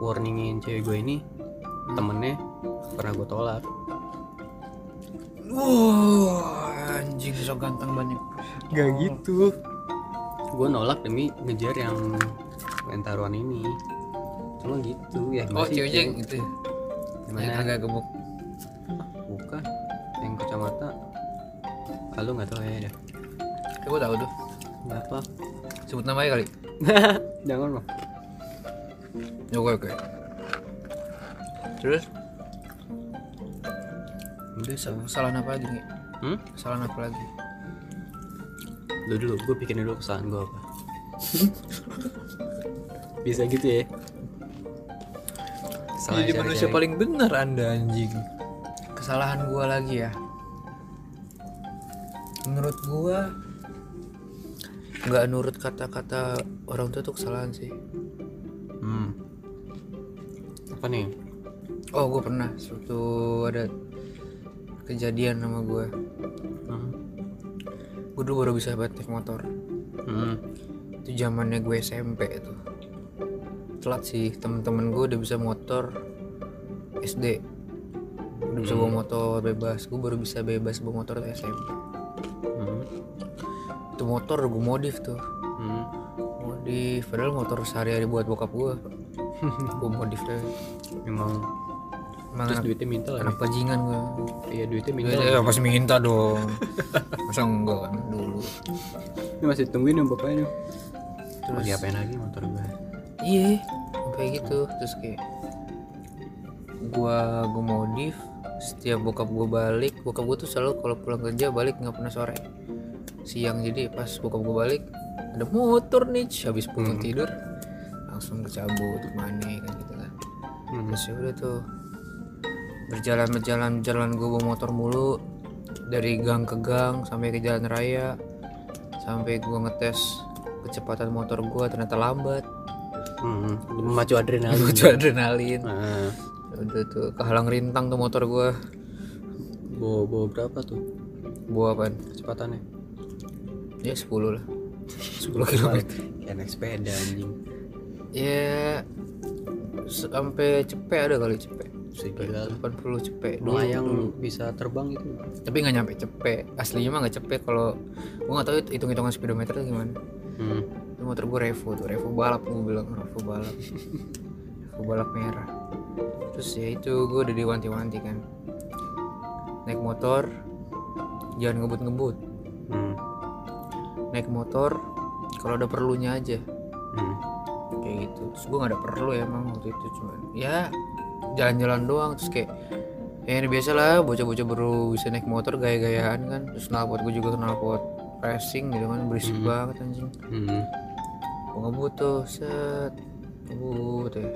Speaker 1: warningin cewek gue ini temennya pernah gue tolak
Speaker 2: wah anjing so ganteng banyak
Speaker 1: Gak gitu Gue nolak demi ngejar yang main taruhan ini Cuma gitu ya
Speaker 2: oh
Speaker 1: gimana sih,
Speaker 2: ceweknya yang itu ya?
Speaker 1: Gimana?
Speaker 2: yang agak gemuk
Speaker 1: Bukan Yang kacamata Kalau nggak tahu ya dah
Speaker 2: ya, gue tau tuh
Speaker 1: Nggak apa
Speaker 2: sebut namanya kali
Speaker 1: Jangan mah
Speaker 2: Ya, oke oke terus
Speaker 1: Udah sama
Speaker 2: kesalahan apa lagi nih
Speaker 1: Hmm?
Speaker 2: kesalahan apa lagi
Speaker 1: Lu dulu gue pikirin dulu kesalahan gue apa Bisa gitu ya Kesalahan
Speaker 2: jadi manusia
Speaker 1: cewek-cewek.
Speaker 2: paling benar anda anjing kesalahan gua lagi ya menurut gua nggak nurut kata-kata orang tua tuh kesalahan sih
Speaker 1: Hmm. Apa nih?
Speaker 2: oh gua pernah suatu ada kejadian sama gua
Speaker 1: Hmm.
Speaker 2: gua dulu baru bisa banget naik motor
Speaker 1: Hmm.
Speaker 2: itu zamannya gue SMP itu telat sih temen-temen gue udah bisa motor SD udah bisa bawa motor bebas gue baru bisa bebas bawa motor tuh SMP
Speaker 1: Hmm.
Speaker 2: itu motor gue modif tuh
Speaker 1: Hmm.
Speaker 2: modif padahal motor sehari-hari buat bokap gue gue modif aja.
Speaker 1: memang
Speaker 2: emang
Speaker 1: terus
Speaker 2: anak,
Speaker 1: duitnya minta lah
Speaker 2: anak bajingan gue
Speaker 1: iya duitnya minta lah.
Speaker 2: ya, pasti minta dong masa enggak kan dulu
Speaker 1: ini masih tungguin yang bapaknya nih
Speaker 2: Terus-
Speaker 1: mau diapain lagi motor gue
Speaker 2: iya kayak gitu terus kayak gua gua modif setiap bokap gua balik bokap gua tuh selalu kalau pulang kerja balik nggak pernah sore siang jadi pas bokap gua balik ada motor nih Cih, habis bangun tidur langsung kecabut kemana kan gitu kan
Speaker 1: Hmm.
Speaker 2: terus ya udah tuh berjalan berjalan jalan gue bawa motor mulu dari gang ke gang sampai ke jalan raya sampai gua ngetes kecepatan motor gua ternyata lambat
Speaker 1: Hmm, memacu adrenalin.
Speaker 2: Memacu adrenalin
Speaker 1: Nah,
Speaker 2: udah tuh kehalang rintang tuh motor gua
Speaker 1: bawa, bawa berapa tuh
Speaker 2: bawa apaan
Speaker 1: kecepatannya?
Speaker 2: ya 10 lah 10 kilometer
Speaker 1: Ya naik sepeda anjing.
Speaker 2: ya sampai cepet ada kali cepet
Speaker 1: Segila.
Speaker 2: 80 cepet dulu
Speaker 1: Melayang bisa terbang gitu.
Speaker 2: tapi nggak nyampe cepet aslinya mah nggak cepet kalau gua nggak tahu itu hitung hitungan speedometer itu gimana
Speaker 1: Hmm.
Speaker 2: itu motor gua revo tuh revo balap gua bilang revo balap revo balap merah terus ya itu gua udah diwanti-wanti kan naik motor jangan ngebut-ngebut
Speaker 1: Hmm.
Speaker 2: naik motor kalau ada perlunya aja
Speaker 1: Hmm.
Speaker 2: kayak gitu terus gue gak ada perlu ya emang waktu itu cuman ya jalan-jalan doang terus kayak ya ini biasa lah bocah-bocah baru bisa naik motor gaya-gayaan kan terus knalpot gue juga knalpot racing gitu kan berisik banget anjing
Speaker 1: Hmm.
Speaker 2: gue ngebut tuh set ngebut ya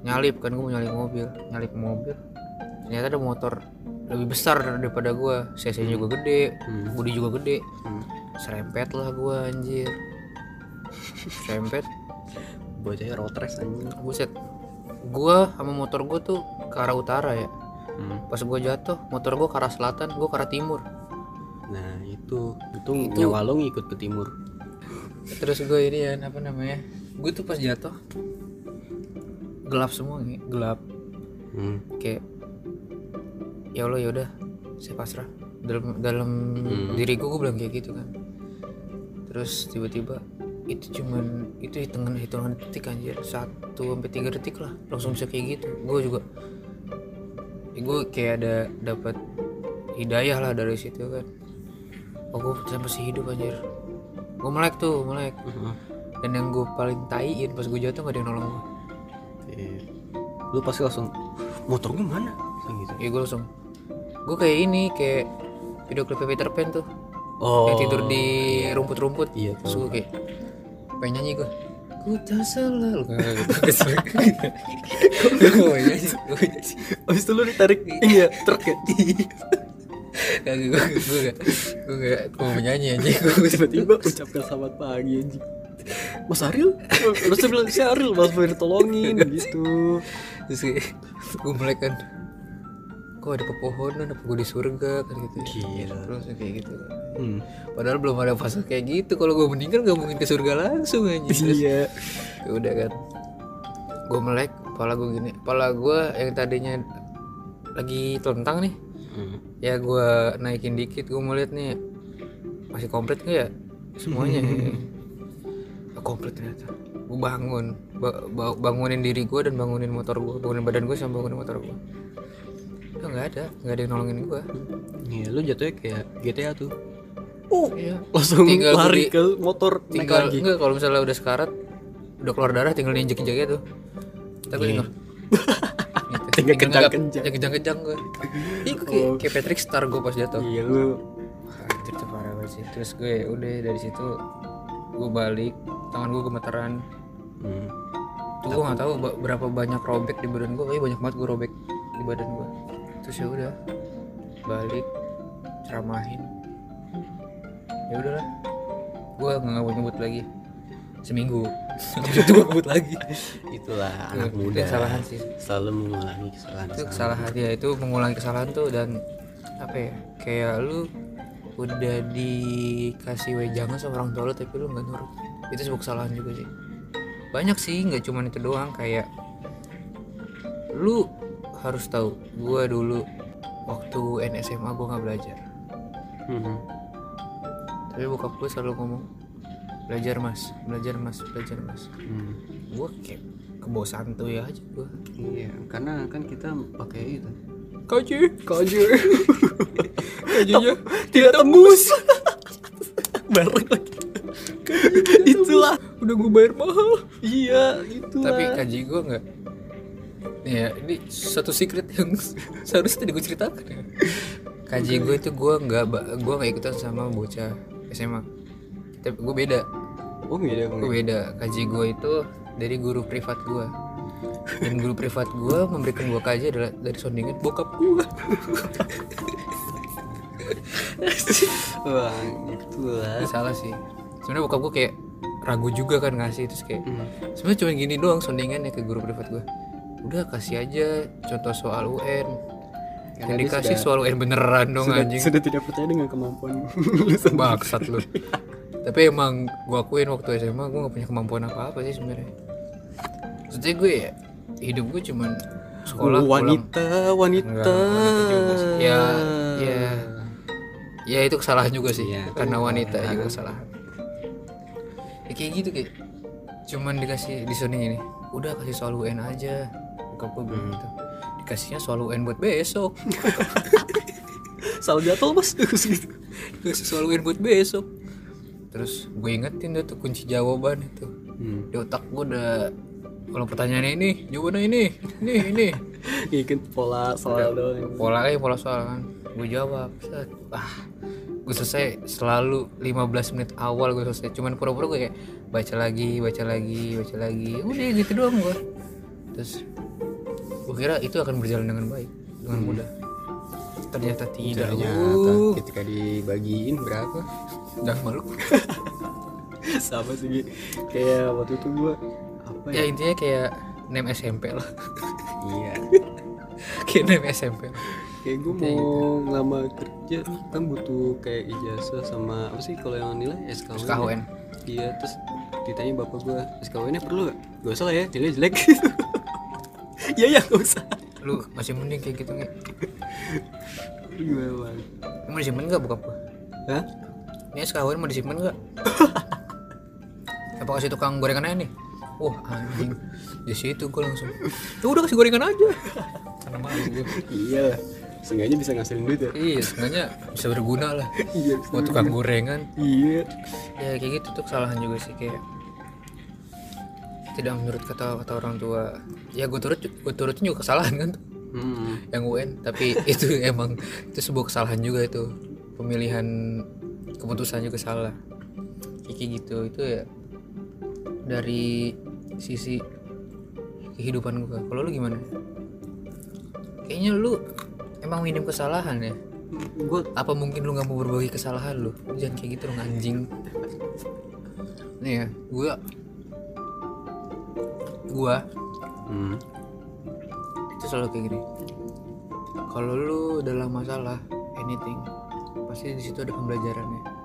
Speaker 2: nyalip kan gue mau nyalip mobil nyalip mobil ternyata ada motor lebih besar daripada gue cc nya juga gede
Speaker 1: Hmm.
Speaker 2: bodi juga gede
Speaker 1: Hmm.
Speaker 2: serempet lah gua anjir serempet
Speaker 1: Bocahnya rotres anjing.
Speaker 2: buset gua sama motor gua tuh ke arah utara ya
Speaker 1: Hmm.
Speaker 2: pas gua jatuh motor gua ke arah selatan gua ke arah timur
Speaker 1: Nah itu, itu, nyawa lo ngikut ke timur.
Speaker 2: terus gua ini ya apa namanya gua tuh pas jatuh gelap semua nih gelap
Speaker 1: Hmm.
Speaker 2: kayak ya Allah ya udah saya pasrah dalam dalam
Speaker 1: Hmm.
Speaker 2: diriku gue bilang kayak gitu kan terus tiba-tiba itu cuman itu hitungan hitungan detik anjir satu sampai tiga detik lah langsung bisa kayak gitu gue juga gue kayak ada dapat hidayah lah dari situ kan oh gue ternyata masih hidup anjir gue melek tuh melek
Speaker 1: Heeh.
Speaker 2: dan yang gue paling taiin pas gue jatuh gak ada yang nolong gue
Speaker 1: Iya. Lu pasti langsung motor gue mana? Langsung gitu.
Speaker 2: ya gue langsung gue kayak ini kayak video klipnya Peter Pan tuh
Speaker 1: Oh.
Speaker 2: yang tidur di rumput-rumput
Speaker 1: Iya,
Speaker 2: terus gue kayak pengen nyanyi gue ku tak salah lu
Speaker 1: Nah,
Speaker 2: kayak gitu gue pengen nyanyi gue nyanyi
Speaker 1: Abis itu lu ditarik iya truk ya.
Speaker 2: kagak gue gue gak gue gak gue mau nyanyi aja gue
Speaker 1: Tiba-tiba ucapkan selamat pagi anjing. Mas Aril, terus dia bilang si Aril, Mas Ferry tolongin gitu.
Speaker 2: terus kayak gue melek kan kok ada pepohonan apa gue di surga kan gitu ya.
Speaker 1: Gila.
Speaker 2: terus kayak gitu
Speaker 1: Hmm.
Speaker 2: padahal belum ada fase kayak gitu kalau gue meninggal gak mungkin ke surga langsung anjing Terus
Speaker 1: Iya.
Speaker 2: ya udah kan gue melek kepala gue gini kepala gue yang tadinya lagi telentang nih
Speaker 1: Hmm.
Speaker 2: ya gue naikin dikit gue mau lihat nih masih komplit gak ya semuanya Ya, komplit ternyata gue bangun Ba- ba- bangunin diri gue dan bangunin motor gue bangunin badan gue sama bangunin motor gue ya nggak ada nggak ada yang nolongin gue
Speaker 1: Iya, lu jatuhnya kayak GTA tuh.
Speaker 2: oh iya.
Speaker 1: Langsung
Speaker 2: Tinggal
Speaker 1: lari
Speaker 2: gede.
Speaker 1: ke motor naik
Speaker 2: tinggal
Speaker 1: lagi.
Speaker 2: enggak kalau misalnya udah sekarat udah keluar darah tinggal diinjek injek aja tuh tapi tinggal gitu.
Speaker 1: Tinggal
Speaker 2: nganggap-
Speaker 1: kejang-kejang.
Speaker 2: Iya. tinggal kejang-kejang gue Ih, gue kayak, kayak Patrick Star gue pas jatuh
Speaker 1: Iya, lu
Speaker 2: anjir tuh parah banget sih terus gue ya udah dari situ gue balik tangan gue gemetaran
Speaker 1: Hmm.
Speaker 2: tuh gue nggak tahu ba- berapa banyak robek di badan gue kayak banyak banget gue robek di badan gue terus ya udah balik ceramahin ya udahlah gue nggak ngebut-ngebut lagi seminggu Habis itu gue ngebut lagi
Speaker 1: itulah anak
Speaker 2: Itu
Speaker 1: muda
Speaker 2: kesalahan sih
Speaker 1: selalu mengulangi kesalahan.
Speaker 2: itu kesalahan ya itu mengulangi kesalahan tuh dan apa ya kayak lu udah dikasih wejangan sama orang tua lu tapi lu nggak nurut itu sebuah kesalahan juga sih banyak sih nggak cuman itu doang kayak lu harus tahu gua dulu waktu NSMA gua nggak belajar
Speaker 1: Hmm.
Speaker 2: tapi bokap gue selalu ngomong belajar mas belajar mas belajar mas
Speaker 1: Hmm.
Speaker 2: gue kayak kebosan tuh ya aja gue
Speaker 1: Iya, karena kan kita pakai itu.
Speaker 2: kaji
Speaker 1: Kaju.
Speaker 2: kajinya tidak tembus
Speaker 1: Bareng lagi.
Speaker 2: itulah udah gue bayar mahal
Speaker 1: Iya, itu.
Speaker 2: tapi kaji gue nggak ya ini satu secret yang seharusnya tidak gue ceritakan ya kaji gue itu gue nggak ba- gue nggak ikutan sama bocah SMA tapi gue beda
Speaker 1: oh beda
Speaker 2: gue
Speaker 1: banget.
Speaker 2: beda kaji gue itu dari guru privat gue dan guru privat gue memberikan gue kaji adalah dari soundingan bokap gue
Speaker 1: Wah, gitu itulah.
Speaker 2: salah sih sebenarnya bokap gue kayak ragu juga kan ngasih terus kayak
Speaker 1: Hmm.
Speaker 2: sebenarnya cuma gini doang soundingannya ke guru privat gue udah kasih aja contoh soal UN
Speaker 1: Karena dia
Speaker 2: yang dikasih
Speaker 1: sudah-
Speaker 2: soal UN beneran dong
Speaker 1: Sudah,
Speaker 2: anjing
Speaker 1: sudah tidak percaya dengan kemampuan lu sendiri.
Speaker 2: bangsat lu tapi emang gue akuin waktu SMA gue gak punya kemampuan apa apa sih sebenarnya maksudnya gue ya hidup gue cuman sekolah pulang
Speaker 1: wanita, wanita.
Speaker 2: Enggak, wanita juga sih. Ya, ya. ya itu kesalahan juga sih
Speaker 1: Iya.
Speaker 2: karena wanita
Speaker 1: Iya.
Speaker 2: juga kesalahan ya kayak gitu kayak cuman dikasih disoning ini udah kasih soal UN aja buka gue bilang gitu dikasihnya soal UN buat besok
Speaker 1: Selalu jatuh, Mas. Terus gitu.
Speaker 2: dikasih soal UN buat besok terus gue ingetin deh tuh kunci jawaban itu
Speaker 1: Hmm.
Speaker 2: di otak gue udah kalau pertanyaannya ini jawabannya ini ini ini
Speaker 1: Ngikut pola soal doang.
Speaker 2: pola kayak pola soal kan gue jawab set. ah gue selesai selalu 15 menit awal gue selesai cuman pura-pura gue kayak baca lagi baca lagi baca lagi udah gitu doang gue terus gue kira itu akan berjalan dengan baik dengan mudah ternyata tidak
Speaker 1: Ternyata
Speaker 2: Uh,
Speaker 1: ketika dibagiin berapa?
Speaker 2: dah malu
Speaker 1: sama sih Gi. kayak waktu itu gua apa ya
Speaker 2: ya intinya kayak nem SMP lah
Speaker 1: iya
Speaker 2: kayak nem SMP lah.
Speaker 1: kayak gua
Speaker 2: Ya,
Speaker 1: mau ngelamar kerja nih, kan butuh kayak ijazah sama apa sih kalau yang nilai SKWN
Speaker 2: SKWN.
Speaker 1: iya terus ditanya bapak gua SKWN nya perlu gak? gak usah lah ya nilai jelek iya ya gak usah
Speaker 2: lu masih mending kayak gitu nggak
Speaker 1: gimana Bang?
Speaker 2: lu mau disimpan nggak buka gue
Speaker 1: hah?
Speaker 2: ini SKWN mau disimpan nggak apa kasih tukang gorengan aja nih wah anjing di situ gue langsung ya udah kasih gorengan aja karena malu gue
Speaker 1: iya lah seenggaknya bisa ngasilin duit ya
Speaker 2: iya sebenarnya bisa berguna lah
Speaker 1: iya
Speaker 2: buat tukang gorengan
Speaker 1: iya
Speaker 2: ya kayak gitu tuh kesalahan juga sih kayak tidak menurut kata kata orang tua ya gue turut gue turutin juga kesalahan kan tuh.
Speaker 1: hmm.
Speaker 2: yang UN tapi itu emang itu sebuah kesalahan juga itu pemilihan keputusan juga salah kayak gitu itu ya dari sisi kehidupan gua kalau lu gimana kayaknya lu emang minim kesalahan ya
Speaker 1: gua
Speaker 2: apa mungkin lu nggak mau berbagi kesalahan lu Lu jangan kayak gitu dong anjing nih ya gua gua
Speaker 1: hmm.
Speaker 2: itu selalu kayak gini kalau lu dalam masalah anything pasti di situ ada pembelajarannya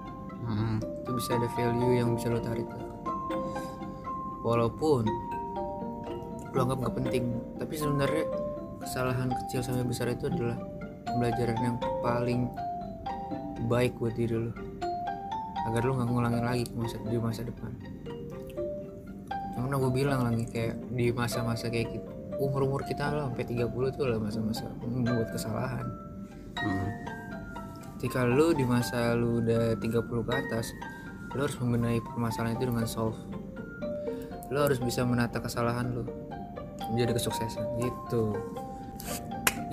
Speaker 1: Hmm.
Speaker 2: itu bisa ada value yang bisa lu tarik tuh. walaupun lu anggap gak penting tapi sebenarnya kesalahan kecil sampai besar itu adalah pembelajaran yang paling baik buat diri lu agar lu nggak ngulangin lagi ke masa di masa depan yang pernah gue bilang lagi kayak di masa-masa kayak gitu umur umur kita lah sampai 30 tuh lah masa-masa membuat kesalahan
Speaker 1: Hmm.
Speaker 2: ketika lu di masa lu udah 30 ke atas lu harus membenahi permasalahan itu dengan solve lu harus bisa menata kesalahan lu menjadi kesuksesan gitu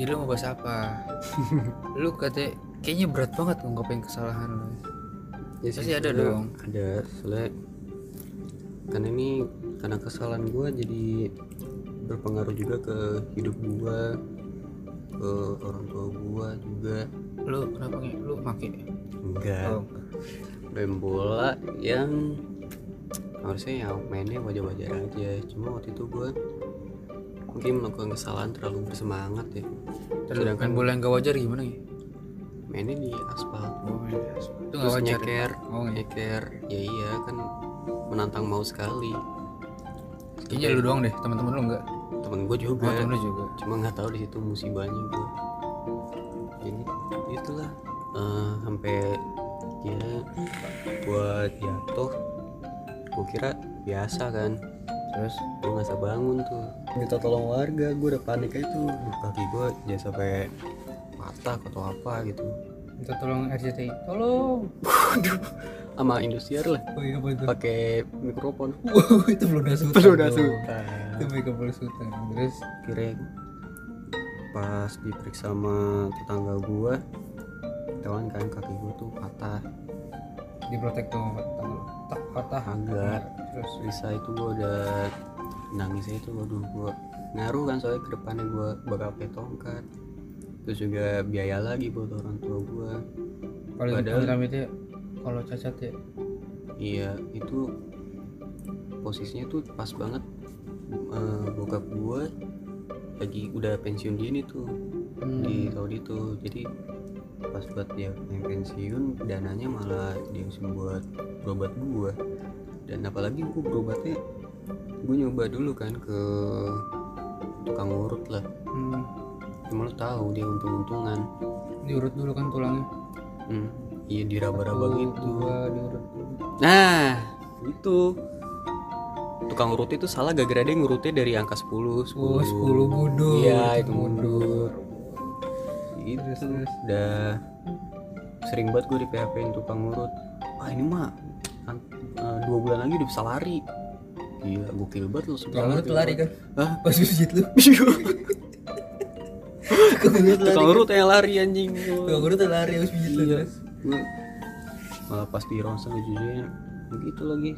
Speaker 2: jadi lu mau bahas apa lu katanya kayaknya berat banget ngungkapin kesalahan lu
Speaker 1: Ya
Speaker 2: Pasti ada
Speaker 1: sebenarnya
Speaker 2: dong.
Speaker 1: Ada soalnya karena ini karena kesalahan gue jadi berpengaruh juga ke hidup gue ke orang tua gue juga
Speaker 2: lu kenapa nge- lu pakai
Speaker 1: enggak
Speaker 2: Oh.
Speaker 1: main bola yang harusnya ya mainnya wajar-wajar aja cuma waktu itu gue mungkin melakukan kesalahan terlalu bersemangat ya
Speaker 2: sedangkan bola yang gak wajar gimana ya
Speaker 1: mainnya di aspal
Speaker 2: Oh, itu gak
Speaker 1: terus
Speaker 2: wajar ya?
Speaker 1: nyeker
Speaker 2: Oh, iya.
Speaker 1: nyeker ya iya kan menantang mau sekali
Speaker 2: kayaknya Iya, lu doang deh teman-teman lu nggak
Speaker 1: temen gue juga
Speaker 2: temen lu juga
Speaker 1: cuma nggak tahu di situ musibahnya gue jadi itulah eh, sampai dia buat jatuh gue kira biasa kan
Speaker 2: terus
Speaker 1: gue nggak bisa bangun tuh minta tolong warga gue udah panik aja tuh Duh, kaki gue jangan sampai patah atau apa gitu
Speaker 2: minta tolong RCTI tolong
Speaker 1: sama industriar lah
Speaker 2: oh iya apa itu
Speaker 1: pakai mikrofon
Speaker 2: wow itu belum dasar
Speaker 1: Belum
Speaker 2: dong.
Speaker 1: dasutan.
Speaker 2: itu mereka belum sultan terus
Speaker 1: kira pas diperiksa sama tetangga gue ketahuan kan kaki gue tuh patah
Speaker 2: diprotek tuh sama tangan tak patah
Speaker 1: Agak.
Speaker 2: terus
Speaker 1: bisa itu gue udah nangis itu waduh gue ngaruh kan soalnya kedepannya gue bakal pakai tongkat terus juga biaya lagi buat orang tua gue
Speaker 2: kalau
Speaker 1: Padahal-
Speaker 2: Padahal... itu kalau cacat ya
Speaker 1: iya itu posisinya tuh pas banget eh, bokap gue lagi udah pensiun dini tuh
Speaker 2: Hmm.
Speaker 1: di tahun itu jadi pas buat dia yang pensiun dananya malah diusin buat berobat gua dan apalagi gua berobatnya gua nyoba dulu kan ke tukang urut lah
Speaker 2: hmm.
Speaker 1: cuma lu tahu dia untung-untungan
Speaker 2: diurut dulu kan tulangnya
Speaker 1: hmm, iya diraba-raba
Speaker 2: Satu,
Speaker 1: gitu
Speaker 2: dua diurut dulu
Speaker 1: nah itu tukang urut itu salah gara-gara dia ngurutnya dari angka 10
Speaker 2: oh sepuluh mundur
Speaker 1: iya itu mundur gitu
Speaker 2: Iya, terus terus
Speaker 1: udah sering banget gue di PHP in tukang urut ah ini mah an- eh, dua bulan lagi udah bisa lari gila gokil banget lu
Speaker 2: tukang urut lari kan
Speaker 1: Hah? Iya.
Speaker 2: pas sujud lu tukang urut lari kan?
Speaker 1: tukang urut yang lari anjing
Speaker 2: tukang urut lari pas pijit
Speaker 1: Iya.
Speaker 2: lu terus
Speaker 1: Gua malah pas di ronsen jujurnya ya, begitu lagi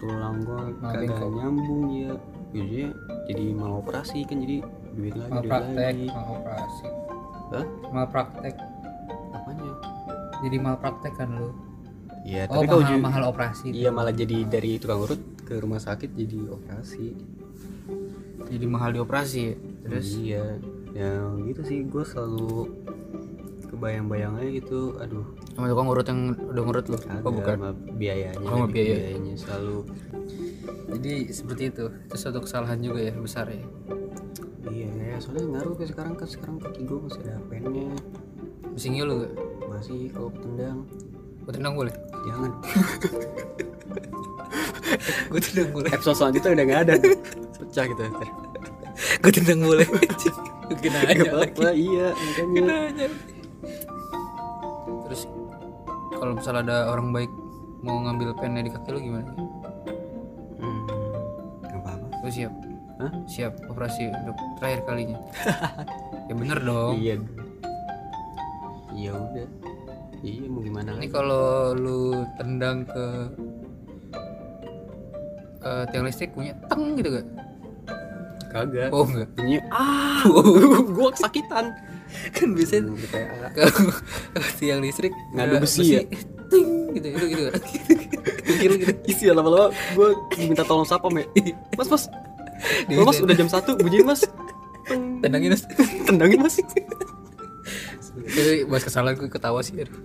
Speaker 1: tulang gua
Speaker 2: Malah
Speaker 1: kagak
Speaker 2: bengkok.
Speaker 1: nyambung ya jujurnya jadi mau operasi kan jadi duit lagi duit
Speaker 2: malpraktek
Speaker 1: lagi
Speaker 2: maloperasi
Speaker 1: Hah?
Speaker 2: malpraktek
Speaker 1: apanya
Speaker 2: jadi malpraktek kan lu
Speaker 1: iya
Speaker 2: oh gitu.
Speaker 1: tapi kalau
Speaker 2: mahal
Speaker 1: ju-
Speaker 2: mahal operasi
Speaker 1: iya malah jadi dari tukang urut ke rumah sakit jadi operasi
Speaker 2: jadi mahal di operasi ya? terus
Speaker 1: iya ya gitu sih gue selalu kebayang-bayangnya gitu aduh
Speaker 2: sama tukang urut yang udah ngurut lu
Speaker 1: kagak
Speaker 2: oh bukan
Speaker 1: sama biayanya
Speaker 2: Oh, sama
Speaker 1: lebih
Speaker 2: biaya.
Speaker 1: biayanya selalu
Speaker 2: jadi seperti itu itu suatu kesalahan juga ya besar ya
Speaker 1: iya ya soalnya ngaruh ke sekarang kan sekarang kaki gue masih ada pennya
Speaker 2: bisingnya lu gak?
Speaker 1: masih kalau tendang
Speaker 2: gue tendang boleh?
Speaker 1: jangan
Speaker 2: gue tendang boleh
Speaker 1: episode selanjutnya udah gak ada pecah gitu ntar
Speaker 2: gue tendang boleh kena aja
Speaker 1: gak
Speaker 2: lagi
Speaker 1: apa-apa iya makanya
Speaker 2: terus kalau misalnya ada orang baik mau ngambil pennya di kaki lu gimana?
Speaker 1: hmm, gak apa-apa
Speaker 2: lu siap?
Speaker 1: Hah?
Speaker 2: siap operasi untuk terakhir kalinya ya bener dong
Speaker 1: iya iya udah iya mau gimana
Speaker 2: ini
Speaker 1: lagi
Speaker 2: kalau lu tendang ke eh, tiang listrik punya teng gitu gak?
Speaker 1: kagak
Speaker 2: oh enggak
Speaker 1: bunyi ah gue kesakitan
Speaker 2: kan biasanya
Speaker 1: Hmm, di PA.
Speaker 2: kalau kalau tiang listrik
Speaker 1: Ngadu
Speaker 2: ada
Speaker 1: besi ya?
Speaker 2: ting gitu gitu gitu
Speaker 1: pikir isi lama-lama gue minta tolong siapa me mas mas
Speaker 2: Dia
Speaker 1: Loh, mas
Speaker 2: minta-
Speaker 1: udah jam satu bunyiin mas
Speaker 2: tendangin terus
Speaker 1: tendangin mas
Speaker 2: Eh, bahas kesalahan gue ketawa sih aduh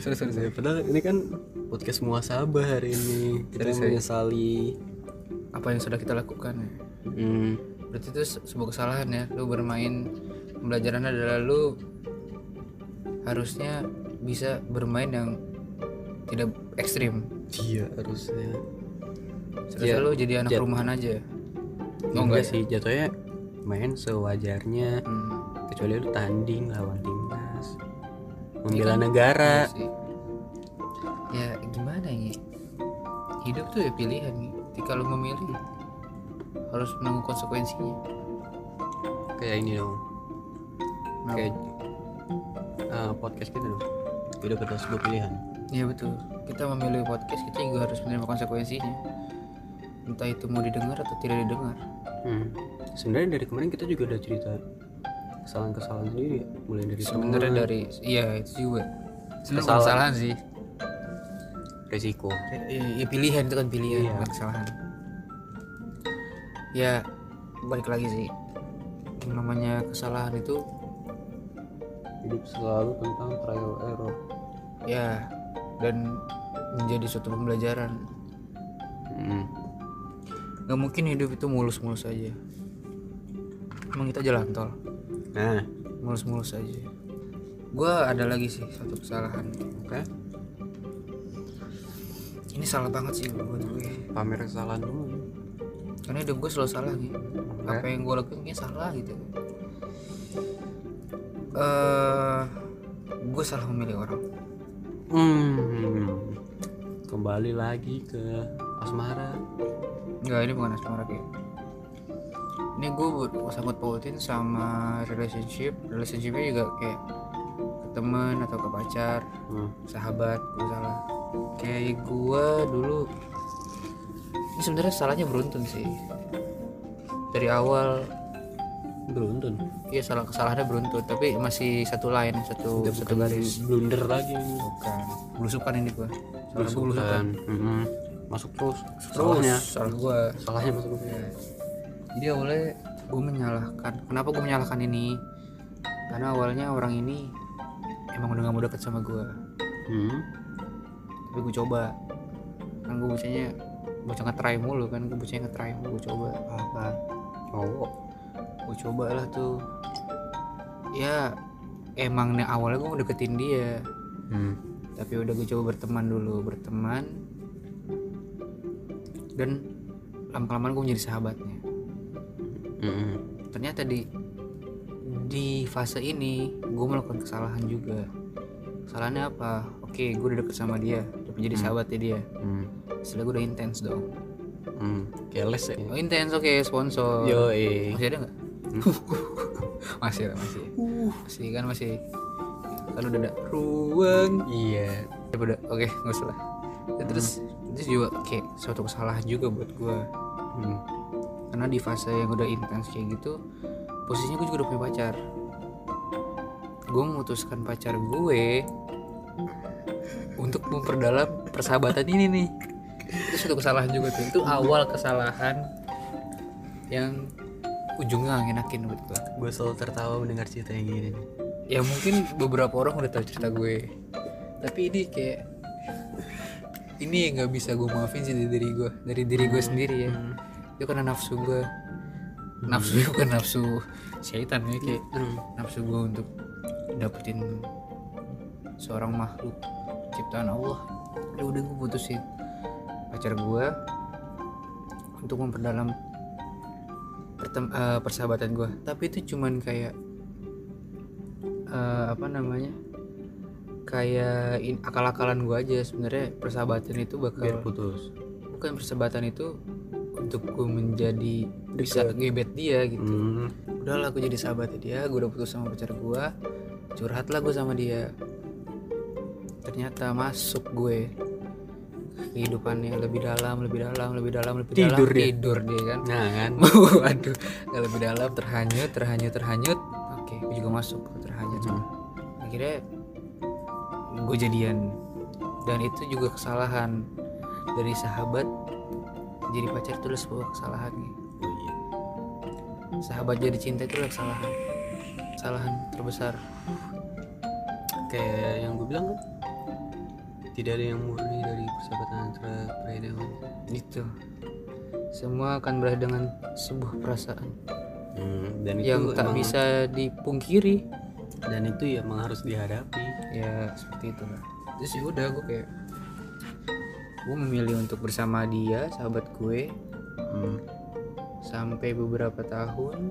Speaker 2: sorry sorry sorry
Speaker 1: padahal ini kan podcast semua sabar hari ini kita
Speaker 2: Sorry, sorry.
Speaker 1: menyesali
Speaker 2: apa yang sudah kita lakukan ya?
Speaker 1: hmm,
Speaker 2: berarti itu se- sebuah kesalahan ya lu bermain pembelajaran adalah lu harusnya bisa bermain yang tidak ekstrim
Speaker 1: dia Iya, harusnya
Speaker 2: Seharusnya
Speaker 1: Iya.
Speaker 2: lu jadi anak
Speaker 1: Iya.
Speaker 2: rumahan aja
Speaker 1: oh,
Speaker 2: Oh,
Speaker 1: enggak
Speaker 2: enggak
Speaker 1: sih jatuhnya main sewajarnya
Speaker 2: hmm,
Speaker 1: kecuali lu tanding lawan timnas
Speaker 2: Iya
Speaker 1: membela
Speaker 2: kan?
Speaker 1: negara
Speaker 2: iya sih. ya gimana ya hidup tuh ya pilihan Ngi. ketika lu memilih harus menanggung konsekuensinya
Speaker 1: kayak ini dong
Speaker 2: Kenapa?
Speaker 1: kayak eh, podcast kita dong hidup adalah sebuah pilihan
Speaker 2: Iya betul. Kita memilih podcast kita juga harus menerima konsekuensinya. Entah itu mau didengar atau tidak didengar.
Speaker 1: Hmm. Sebenarnya dari kemarin kita juga udah cerita kesalahan-kesalahan sendiri ya. mulai dari
Speaker 2: Sebenarnya
Speaker 1: teman,
Speaker 2: dari iya itu juga. Sebenarnya
Speaker 1: Kesalahan.
Speaker 2: bukan kesalahan sih.
Speaker 1: resiko.
Speaker 2: Ya, pilihan itu kan pilihan,
Speaker 1: Iya.
Speaker 2: bukan kesalahan. Ya balik lagi sih. Yang namanya kesalahan itu
Speaker 1: Hidup selalu tentang trial error.
Speaker 2: ya dan menjadi suatu pembelajaran.
Speaker 1: Hmm.
Speaker 2: Gak mungkin hidup itu mulus-mulus aja. Emang kita jalan tol.
Speaker 1: Nah,
Speaker 2: mulus-mulus aja gue ada lagi sih satu kesalahan
Speaker 1: oke.
Speaker 2: ini salah banget sih buat gue
Speaker 1: pamer kesalahan dulu ya.
Speaker 2: karena hidup gue selalu salah gitu apa yang gue lakuin kayaknya salah gitu eh gue salah memilih orang
Speaker 1: Hmm. kembali lagi ke asmara
Speaker 2: Enggak, ini bukan asmara kayak ini gue sangkut pautin sama relationship relationshipnya juga kayak ke teman atau ke pacar
Speaker 1: hmm.
Speaker 2: sahabat gue salah kayak gue dulu ini sebenarnya salahnya beruntun sih dari awal
Speaker 1: beruntun
Speaker 2: ya salah kesalahannya beruntun tapi masih satu lain satu
Speaker 1: udah
Speaker 2: satu
Speaker 1: bukan
Speaker 2: garis
Speaker 1: blunder lagi ini.
Speaker 2: bukan belusukan ini gue salah gue belusukan
Speaker 1: berusukan Mm-mm. Hmm. masuk kan? terus
Speaker 2: salahnya
Speaker 1: salahnya
Speaker 2: salah gue
Speaker 1: salahnya masuk terus ya.
Speaker 2: jadi awalnya gue menyalahkan kenapa gue menyalahkan ini karena awalnya orang ini emang udah gak mau deket sama gue
Speaker 1: hmm.
Speaker 2: tapi gue coba kan gue bocahnya bocah ngetry mulu kan gue bocahnya ngetry mulu gue coba apa
Speaker 1: cowok
Speaker 2: gue coba lah tuh ya emang nih awalnya gue mau deketin dia
Speaker 1: hmm.
Speaker 2: tapi udah gue coba berteman dulu berteman dan lama-kelamaan gue menjadi sahabatnya
Speaker 1: Mm-mm.
Speaker 2: ternyata di di fase ini gue melakukan kesalahan juga kesalahannya apa oke gue udah deket sama dia udah menjadi sahabatnya dia
Speaker 1: Hmm.
Speaker 2: setelah gue udah intens dong
Speaker 1: Hmm. keles ya
Speaker 2: oh intens oke sponsor
Speaker 1: yo
Speaker 2: masih ada nggak masih ada masih masih kan masih kalau udah ada ruang
Speaker 1: iya
Speaker 2: ya udah oke nggak usah lah Ya, terus itu juga kayak suatu kesalahan juga buat gue
Speaker 1: hmm.
Speaker 2: karena di fase yang udah intens kayak gitu posisinya gue juga udah punya pacar gue memutuskan pacar gue untuk memperdalam persahabatan ini nih itu suatu kesalahan juga tuh itu awal kesalahan yang ujungnya nggak ngenakin buat gue
Speaker 1: gue selalu tertawa mendengar cerita yang gini
Speaker 2: ya mungkin beberapa orang udah tahu cerita gue tapi ini kayak ini yang nggak bisa gue maafin sih dari diri gue dari diri gue sendiri ya itu karena nafsu gue nafsu bukan nafsu syaitan ya kayak
Speaker 1: hmm.
Speaker 2: nafsu gue untuk dapetin seorang makhluk ciptaan Allah ya udah gue putusin pacar gue untuk memperdalam pertem- eh, persahabatan gue tapi itu cuman kayak eh, apa namanya kayak in- akal-akalan gue aja sebenarnya persahabatan itu bakal
Speaker 1: biar putus
Speaker 2: bukan persahabatan itu untuk gue menjadi bisa ngebet dia gitu
Speaker 1: hmm.
Speaker 2: udahlah gue jadi sahabatnya dia gue udah putus sama pacar gue curhat lah gue sama dia ternyata masuk gue kehidupannya lebih dalam lebih dalam lebih dalam lebih
Speaker 1: Tidur
Speaker 2: dalam
Speaker 1: dia.
Speaker 2: tidur dia kan
Speaker 1: nah kan
Speaker 2: waduh nggak lebih dalam terhanyut terhanyut terhanyut oke gue juga masuk gue terhanyut
Speaker 1: Hmm.
Speaker 2: akhirnya gue jadian dan itu juga kesalahan dari sahabat jadi pacar itu adalah sebuah kesalahan gitu
Speaker 1: Oh, iya.
Speaker 2: sahabat jadi cinta itu adalah kesalahan kesalahan terbesar
Speaker 1: kayak yang gue bilang kan tidak ada yang murni dari persahabatan antara pria dan wanita
Speaker 2: itu semua akan berakhir dengan sebuah perasaan
Speaker 1: Hmm, dan itu
Speaker 2: yang tak
Speaker 1: emang-
Speaker 2: bisa dipungkiri
Speaker 1: dan itu ya emang harus dihadapi
Speaker 2: ya seperti itu lah terus ya udah gue kayak gue memilih untuk bersama dia sahabat gue
Speaker 1: hmm.
Speaker 2: sampai beberapa tahun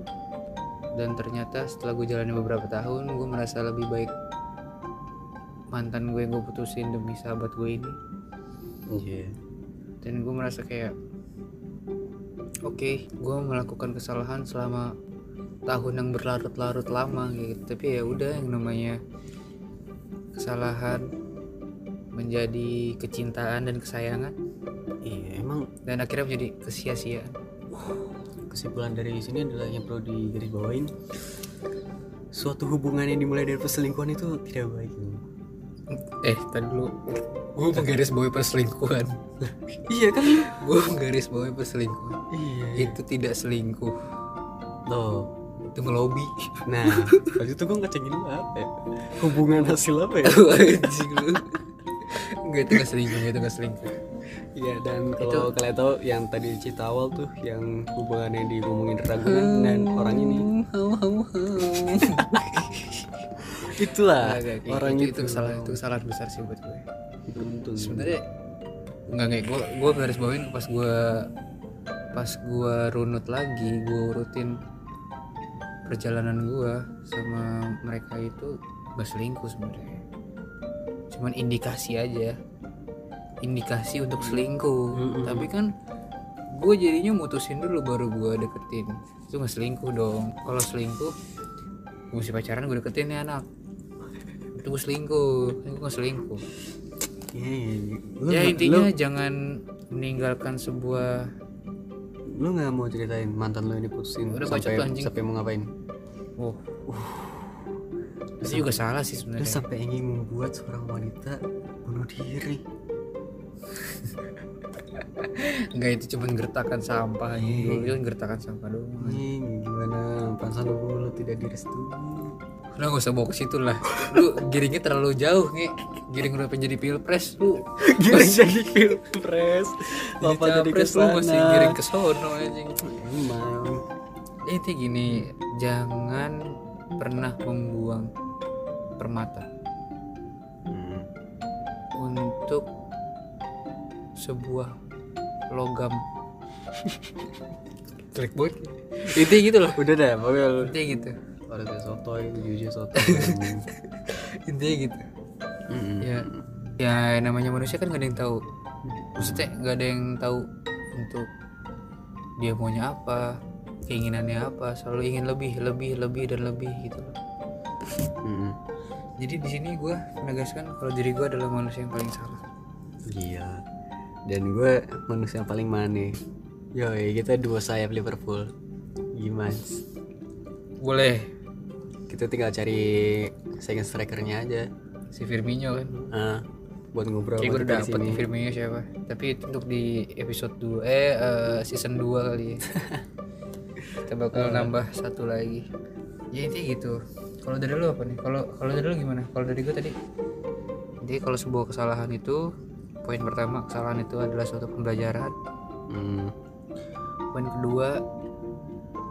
Speaker 2: dan ternyata setelah gue jalani beberapa tahun gue merasa lebih baik mantan gue yang gue putusin demi sahabat gue ini
Speaker 1: iya
Speaker 2: dan gue merasa kayak oke gue melakukan kesalahan selama tahun yang berlarut-larut lama gitu tapi ya udah yang namanya kesalahan menjadi kecintaan dan kesayangan
Speaker 1: iya emang
Speaker 2: dan akhirnya menjadi kesia-siaan
Speaker 1: kesimpulan dari sini adalah yang perlu digarisbawain suatu hubungan yang dimulai dari perselingkuhan itu tidak baik
Speaker 2: eh tadi dulu gue menggaris bawahi perselingkuhan
Speaker 1: iya kan
Speaker 2: gue menggaris bawahi perselingkuhan
Speaker 1: iya
Speaker 2: itu tidak selingkuh
Speaker 1: loh
Speaker 2: itu ngelobi
Speaker 1: nah waktu itu gue ngecengin lu apa ya hubungan hasil apa ya
Speaker 2: anjing lu Enggak itu gak selingkuh itu gak selingkuh
Speaker 1: Iya dan kalau kalian tahu yang tadi cerita awal tuh yang hubungannya diomongin ragunan
Speaker 2: Hmm.
Speaker 1: dan orang ini
Speaker 2: Hau, hau, hau.
Speaker 1: itulah
Speaker 2: Agak kayak
Speaker 1: orang
Speaker 2: gitu,
Speaker 1: itu, gitu.
Speaker 2: itu kesalahan itu kesalahan besar sih buat gue
Speaker 1: Beruntun.
Speaker 2: sebenarnya nggak kayak gue gue garis bawain pas gue pas gue runut lagi gue urutin perjalanan gue sama mereka itu gak selingkuh sebenarnya cuman indikasi aja indikasi untuk selingkuh
Speaker 1: Mm-mm.
Speaker 2: tapi kan gue jadinya mutusin dulu baru gue deketin itu nggak selingkuh dong kalau selingkuh gue masih pacaran gue deketin nih anak itu gue selingkuh gue nggak selingkuh
Speaker 1: Iya, iya, iya. Lu
Speaker 2: ya
Speaker 1: nggak-
Speaker 2: intinya jangan meninggalkan sebuah
Speaker 1: lu nggak mau ceritain mantan lu ini putusin
Speaker 2: Udah
Speaker 1: sampai
Speaker 2: bacot lu, anjing.
Speaker 1: sampai mau ngapain
Speaker 2: oh itu juga salah sih
Speaker 1: lu
Speaker 2: sebenarnya
Speaker 1: sampai ingin membuat seorang wanita bunuh diri
Speaker 2: Hmm. nggak itu cuma gertakan sampah
Speaker 1: Iya.
Speaker 2: dulu kan gertakan sampah doang
Speaker 1: Anjing, gimana pansan lu lu tidak direstui
Speaker 2: udah gak usah bawa ke situ lah lu giringnya terlalu jauh nge giring udah pengen jadi pilpres lu
Speaker 1: giring jadi pilpres
Speaker 2: jadi
Speaker 1: bapak jadi
Speaker 2: capres lu masih giring ke sono anjing
Speaker 1: emang
Speaker 2: itu gini jangan pernah membuang permata
Speaker 1: Hmm.
Speaker 2: untuk sebuah logam klik banget itu gitu loh
Speaker 1: udah deh mobil
Speaker 2: itu gitu
Speaker 1: orang kayak sotoy jujur sotoy
Speaker 2: itu gitu ya ya yang namanya manusia kan gak ada yang tahu maksudnya gak ada yang tahu untuk dia maunya apa keinginannya apa selalu ingin lebih lebih lebih dan lebih gitu loh jadi di sini gue menegaskan kalau diri gue adalah manusia yang paling salah
Speaker 1: iya dan gue manusia yang paling maneh yoi kita dua sayap Liverpool gimana
Speaker 2: boleh
Speaker 1: kita tinggal cari second strikernya aja
Speaker 2: si Firmino kan
Speaker 1: ah buat ngobrol
Speaker 2: Kayak gue
Speaker 1: buat
Speaker 2: udah
Speaker 1: kita di
Speaker 2: dapet
Speaker 1: sini.
Speaker 2: nih filmnya siapa Tapi itu untuk di episode 2 Eh eh, season 2 kali ya Kita bakal nambah satu lagi Ya intinya gitu Kalau dari lu apa nih? Kalau kalau dari lu gimana? Kalau dari gue tadi Jadi kalau sebuah kesalahan itu Poin pertama kesalahan itu adalah suatu pembelajaran
Speaker 1: Hmm.
Speaker 2: Poin kedua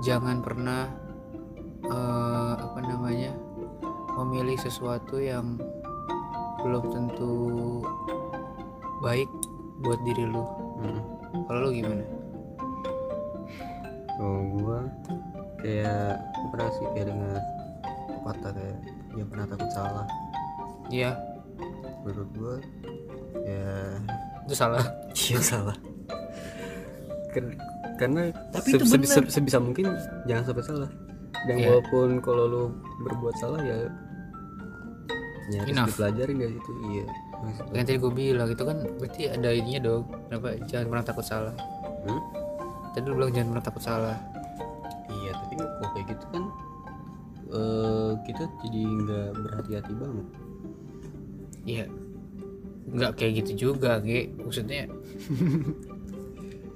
Speaker 2: Jangan pernah eh, Apa namanya Memilih sesuatu yang Belum tentu Baik Buat diri lu
Speaker 1: Hmm.
Speaker 2: kalau lu gimana?
Speaker 1: Kalau gua kayak gua pernah sih kayak dengar pepatah kayak yang pernah takut salah
Speaker 2: Iya,
Speaker 1: menurut gua ya
Speaker 2: itu salah.
Speaker 1: iya salah Ker- karena
Speaker 2: Tapi itu
Speaker 1: seb-
Speaker 2: bener.
Speaker 1: seb- sebisa mungkin jangan sampai salah dan
Speaker 2: Iya.
Speaker 1: walaupun kalau lu berbuat salah ya ya
Speaker 2: Enough.
Speaker 1: harus dipelajarin dari situ iya Maksud gua,
Speaker 2: Yang tadi gue bilang itu kan berarti ada ininya dong. Kenapa jangan pernah takut salah?
Speaker 1: hmm?
Speaker 2: Tadi lu bilang jangan pernah takut salah.
Speaker 1: iya tapi kan kalau kayak gitu kan eh, kita jadi nggak berhati-hati banget
Speaker 2: Iya. Nggak kayak gitu juga, Ge. Maksudnya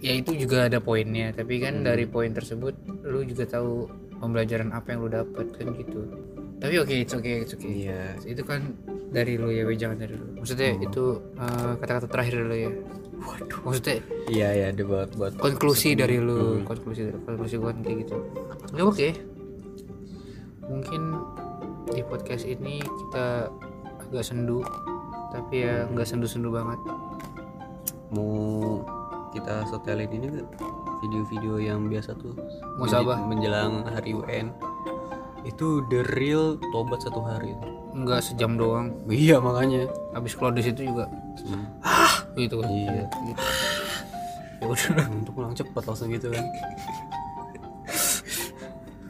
Speaker 2: ya itu juga ada poinnya, tapi kan dari poin tersebut lu juga tahu pembelajaran apa yang lu dapat kan gitu. Tapi oke, itu oke, okay, it's okay.
Speaker 1: iya
Speaker 2: Itu kan dari lu ya, Be, jangan dari lu. Maksudnya itu eh, kata-kata terakhir lu ya. Waduh. Maksudnya
Speaker 1: iya iya ada buat buat
Speaker 2: konklusi
Speaker 1: ya.
Speaker 2: dari
Speaker 1: Hmm.
Speaker 2: lu konklusi dari konklusi gua kan kayak gitu ya oke mungkin di podcast ini kita agak sendu tapi ya nggak sendu-sendu banget
Speaker 1: mau kita setelin ini nggak video-video yang biasa tuh
Speaker 2: Musabah.
Speaker 1: menjelang hari UN itu the real tobat satu hari itu
Speaker 2: nggak sejam doang
Speaker 1: iya makanya
Speaker 2: habis keluar dari situ juga
Speaker 1: Hmm.
Speaker 2: gitu kan
Speaker 1: Iya.
Speaker 2: Gitu. ya udah
Speaker 1: untuk pulang cepat langsung gitu kan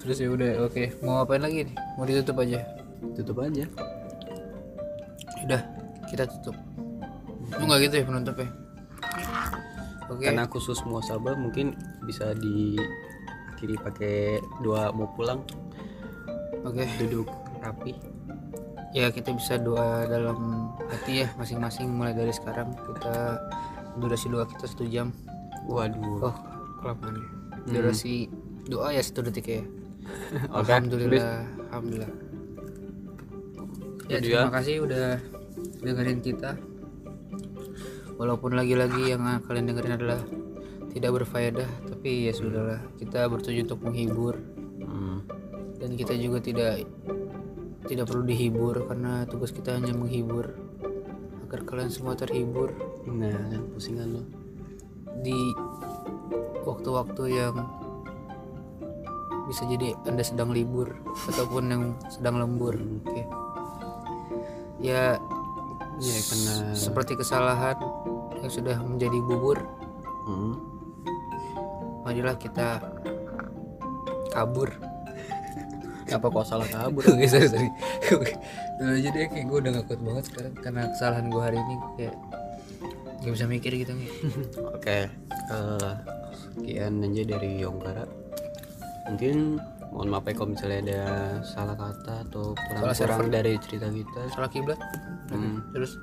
Speaker 2: terus ya udah oke mau apain lagi nih mau ditutup aja
Speaker 1: tutup aja
Speaker 2: udah kita tutup lu nggak gitu ya penutupnya oke
Speaker 1: karena khusus muasabah mungkin bisa diakhiri pakai doa mau pulang
Speaker 2: oke
Speaker 1: duduk rapi
Speaker 2: ya kita bisa doa dalam hati ya masing-masing mulai dari sekarang kita durasi doa kita satu jam
Speaker 1: waduh
Speaker 2: oh kelamaan ya. durasi doa ya satu detik ya
Speaker 1: Oke,
Speaker 2: alhamdulillah alhamdulillah ya
Speaker 1: Itu
Speaker 2: terima kasih udah dengerin kita walaupun lagi-lagi yang kalian dengerin adalah tidak berfaedah tapi ya sudahlah kita bertujuan untuk menghibur
Speaker 1: Hmm.
Speaker 2: dan kita juga tidak tidak perlu dihibur karena tugas kita hanya menghibur agar agar kalian semua terhibur
Speaker 1: nah kan pusingan lo
Speaker 2: di waktu-waktu yang bisa jadi anda sedang libur ataupun yang sedang lembur
Speaker 1: Hmm.
Speaker 2: oke ya
Speaker 1: ya karena
Speaker 2: seperti kesalahan yang sudah menjadi bubur
Speaker 1: Hmm.
Speaker 2: marilah kita kabur
Speaker 1: apa kok salah kabur
Speaker 2: oke sorry sorry Oke. dulu aja deh kayak gue udah gak kuat banget sekarang karena kesalahan gue hari ini kayak gak bisa mikir gitu nih
Speaker 1: Oke, eh, sekian aja dari Yongkara. Mungkin mohon maaf ya kalau misalnya ada salah kata atau
Speaker 2: server.
Speaker 1: kurang-kurang dari cerita kita.
Speaker 2: salah kiblat
Speaker 1: Hmm,
Speaker 2: terus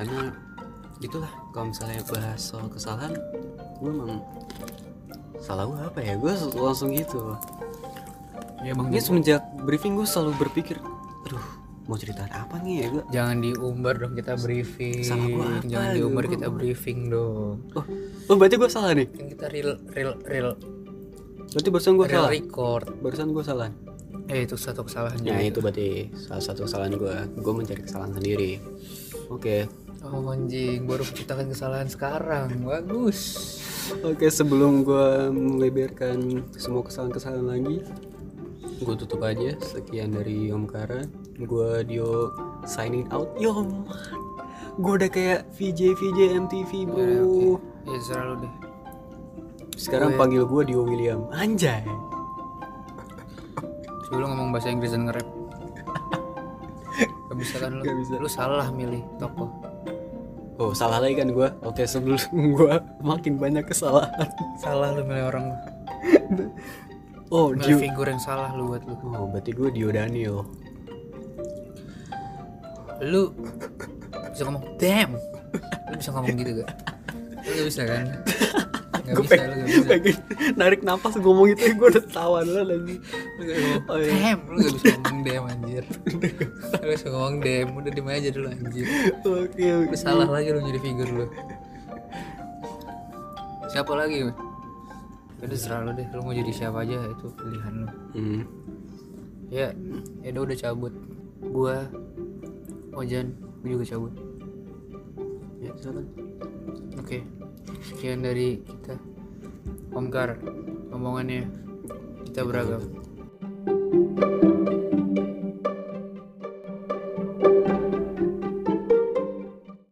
Speaker 1: karena gitulah kalau misalnya bahas soal kesalahan, gue emang salah gue apa ya? Gue langsung gitu.
Speaker 2: ya emang
Speaker 1: Ini semenjak briefing gue selalu berpikir, aduh mau cerita apa nih ya gue?
Speaker 2: jangan diumbar dong kita briefing
Speaker 1: Salah gua apa
Speaker 2: jangan
Speaker 1: gitu?
Speaker 2: diumbar
Speaker 1: Gua-
Speaker 2: kita briefing dong
Speaker 1: Oh, oh berarti gue salah nih?
Speaker 2: kan kita real real real
Speaker 1: Berarti barusan gue
Speaker 2: real
Speaker 1: salah?
Speaker 2: record
Speaker 1: Barusan gue salah?
Speaker 2: ya itu satu kesalahan
Speaker 1: Nah
Speaker 2: juga.
Speaker 1: itu berarti salah satu kesalahan gue Gue mencari kesalahan sendiri Oke
Speaker 2: oh anjing baru menciptakan kesalahan sekarang bagus
Speaker 1: Oke sebelum gue melebarkan semua kesalahan-kesalahan lagi Gue tutup aja Sekian dari Om Kara Gue Dio signing out Yo Gue udah kayak VJ VJ MTV bro
Speaker 2: ya oke ya serah lu deh
Speaker 1: Sekarang panggil gue Dio William Anjay
Speaker 2: Sebelum ngomong bahasa Inggris dan nge-rap Gak bisa kan lu?
Speaker 1: Gak bisa.
Speaker 2: Lu salah milih tokoh
Speaker 1: Oh salah lagi kan gue Oke sebelum gue makin banyak kesalahan
Speaker 2: Salah lu milih orang
Speaker 1: Oh Dio
Speaker 2: Milih figur yang salah lu buat lu
Speaker 1: Oh berarti gue Dio Daniel
Speaker 2: Lu bisa ngomong damn Lu bisa ngomong gitu gak? Lu gak bisa kan? Gak
Speaker 1: gue
Speaker 2: bisa, lu gak bisa
Speaker 1: pengen narik nafas ngomong itu gue udah tawa dulu lagi
Speaker 2: Lu gak ngomong
Speaker 1: Oh, iya.
Speaker 2: damn Lu gak bisa ngomong damn anjir Lu gak bisa ngomong damn Udah diem aja dulu anjir
Speaker 1: oke
Speaker 2: Lu salah lagi lu jadi figur lu Siapa lagi? Ya Udah serah lu deh, lu mau jadi siapa aja itu pilihan lu
Speaker 1: hmm.
Speaker 2: ya Edo udah cabut gua Ojan gua juga cabut
Speaker 1: ya silakan
Speaker 2: oke sekian dari kita Omkar omongannya kita beragam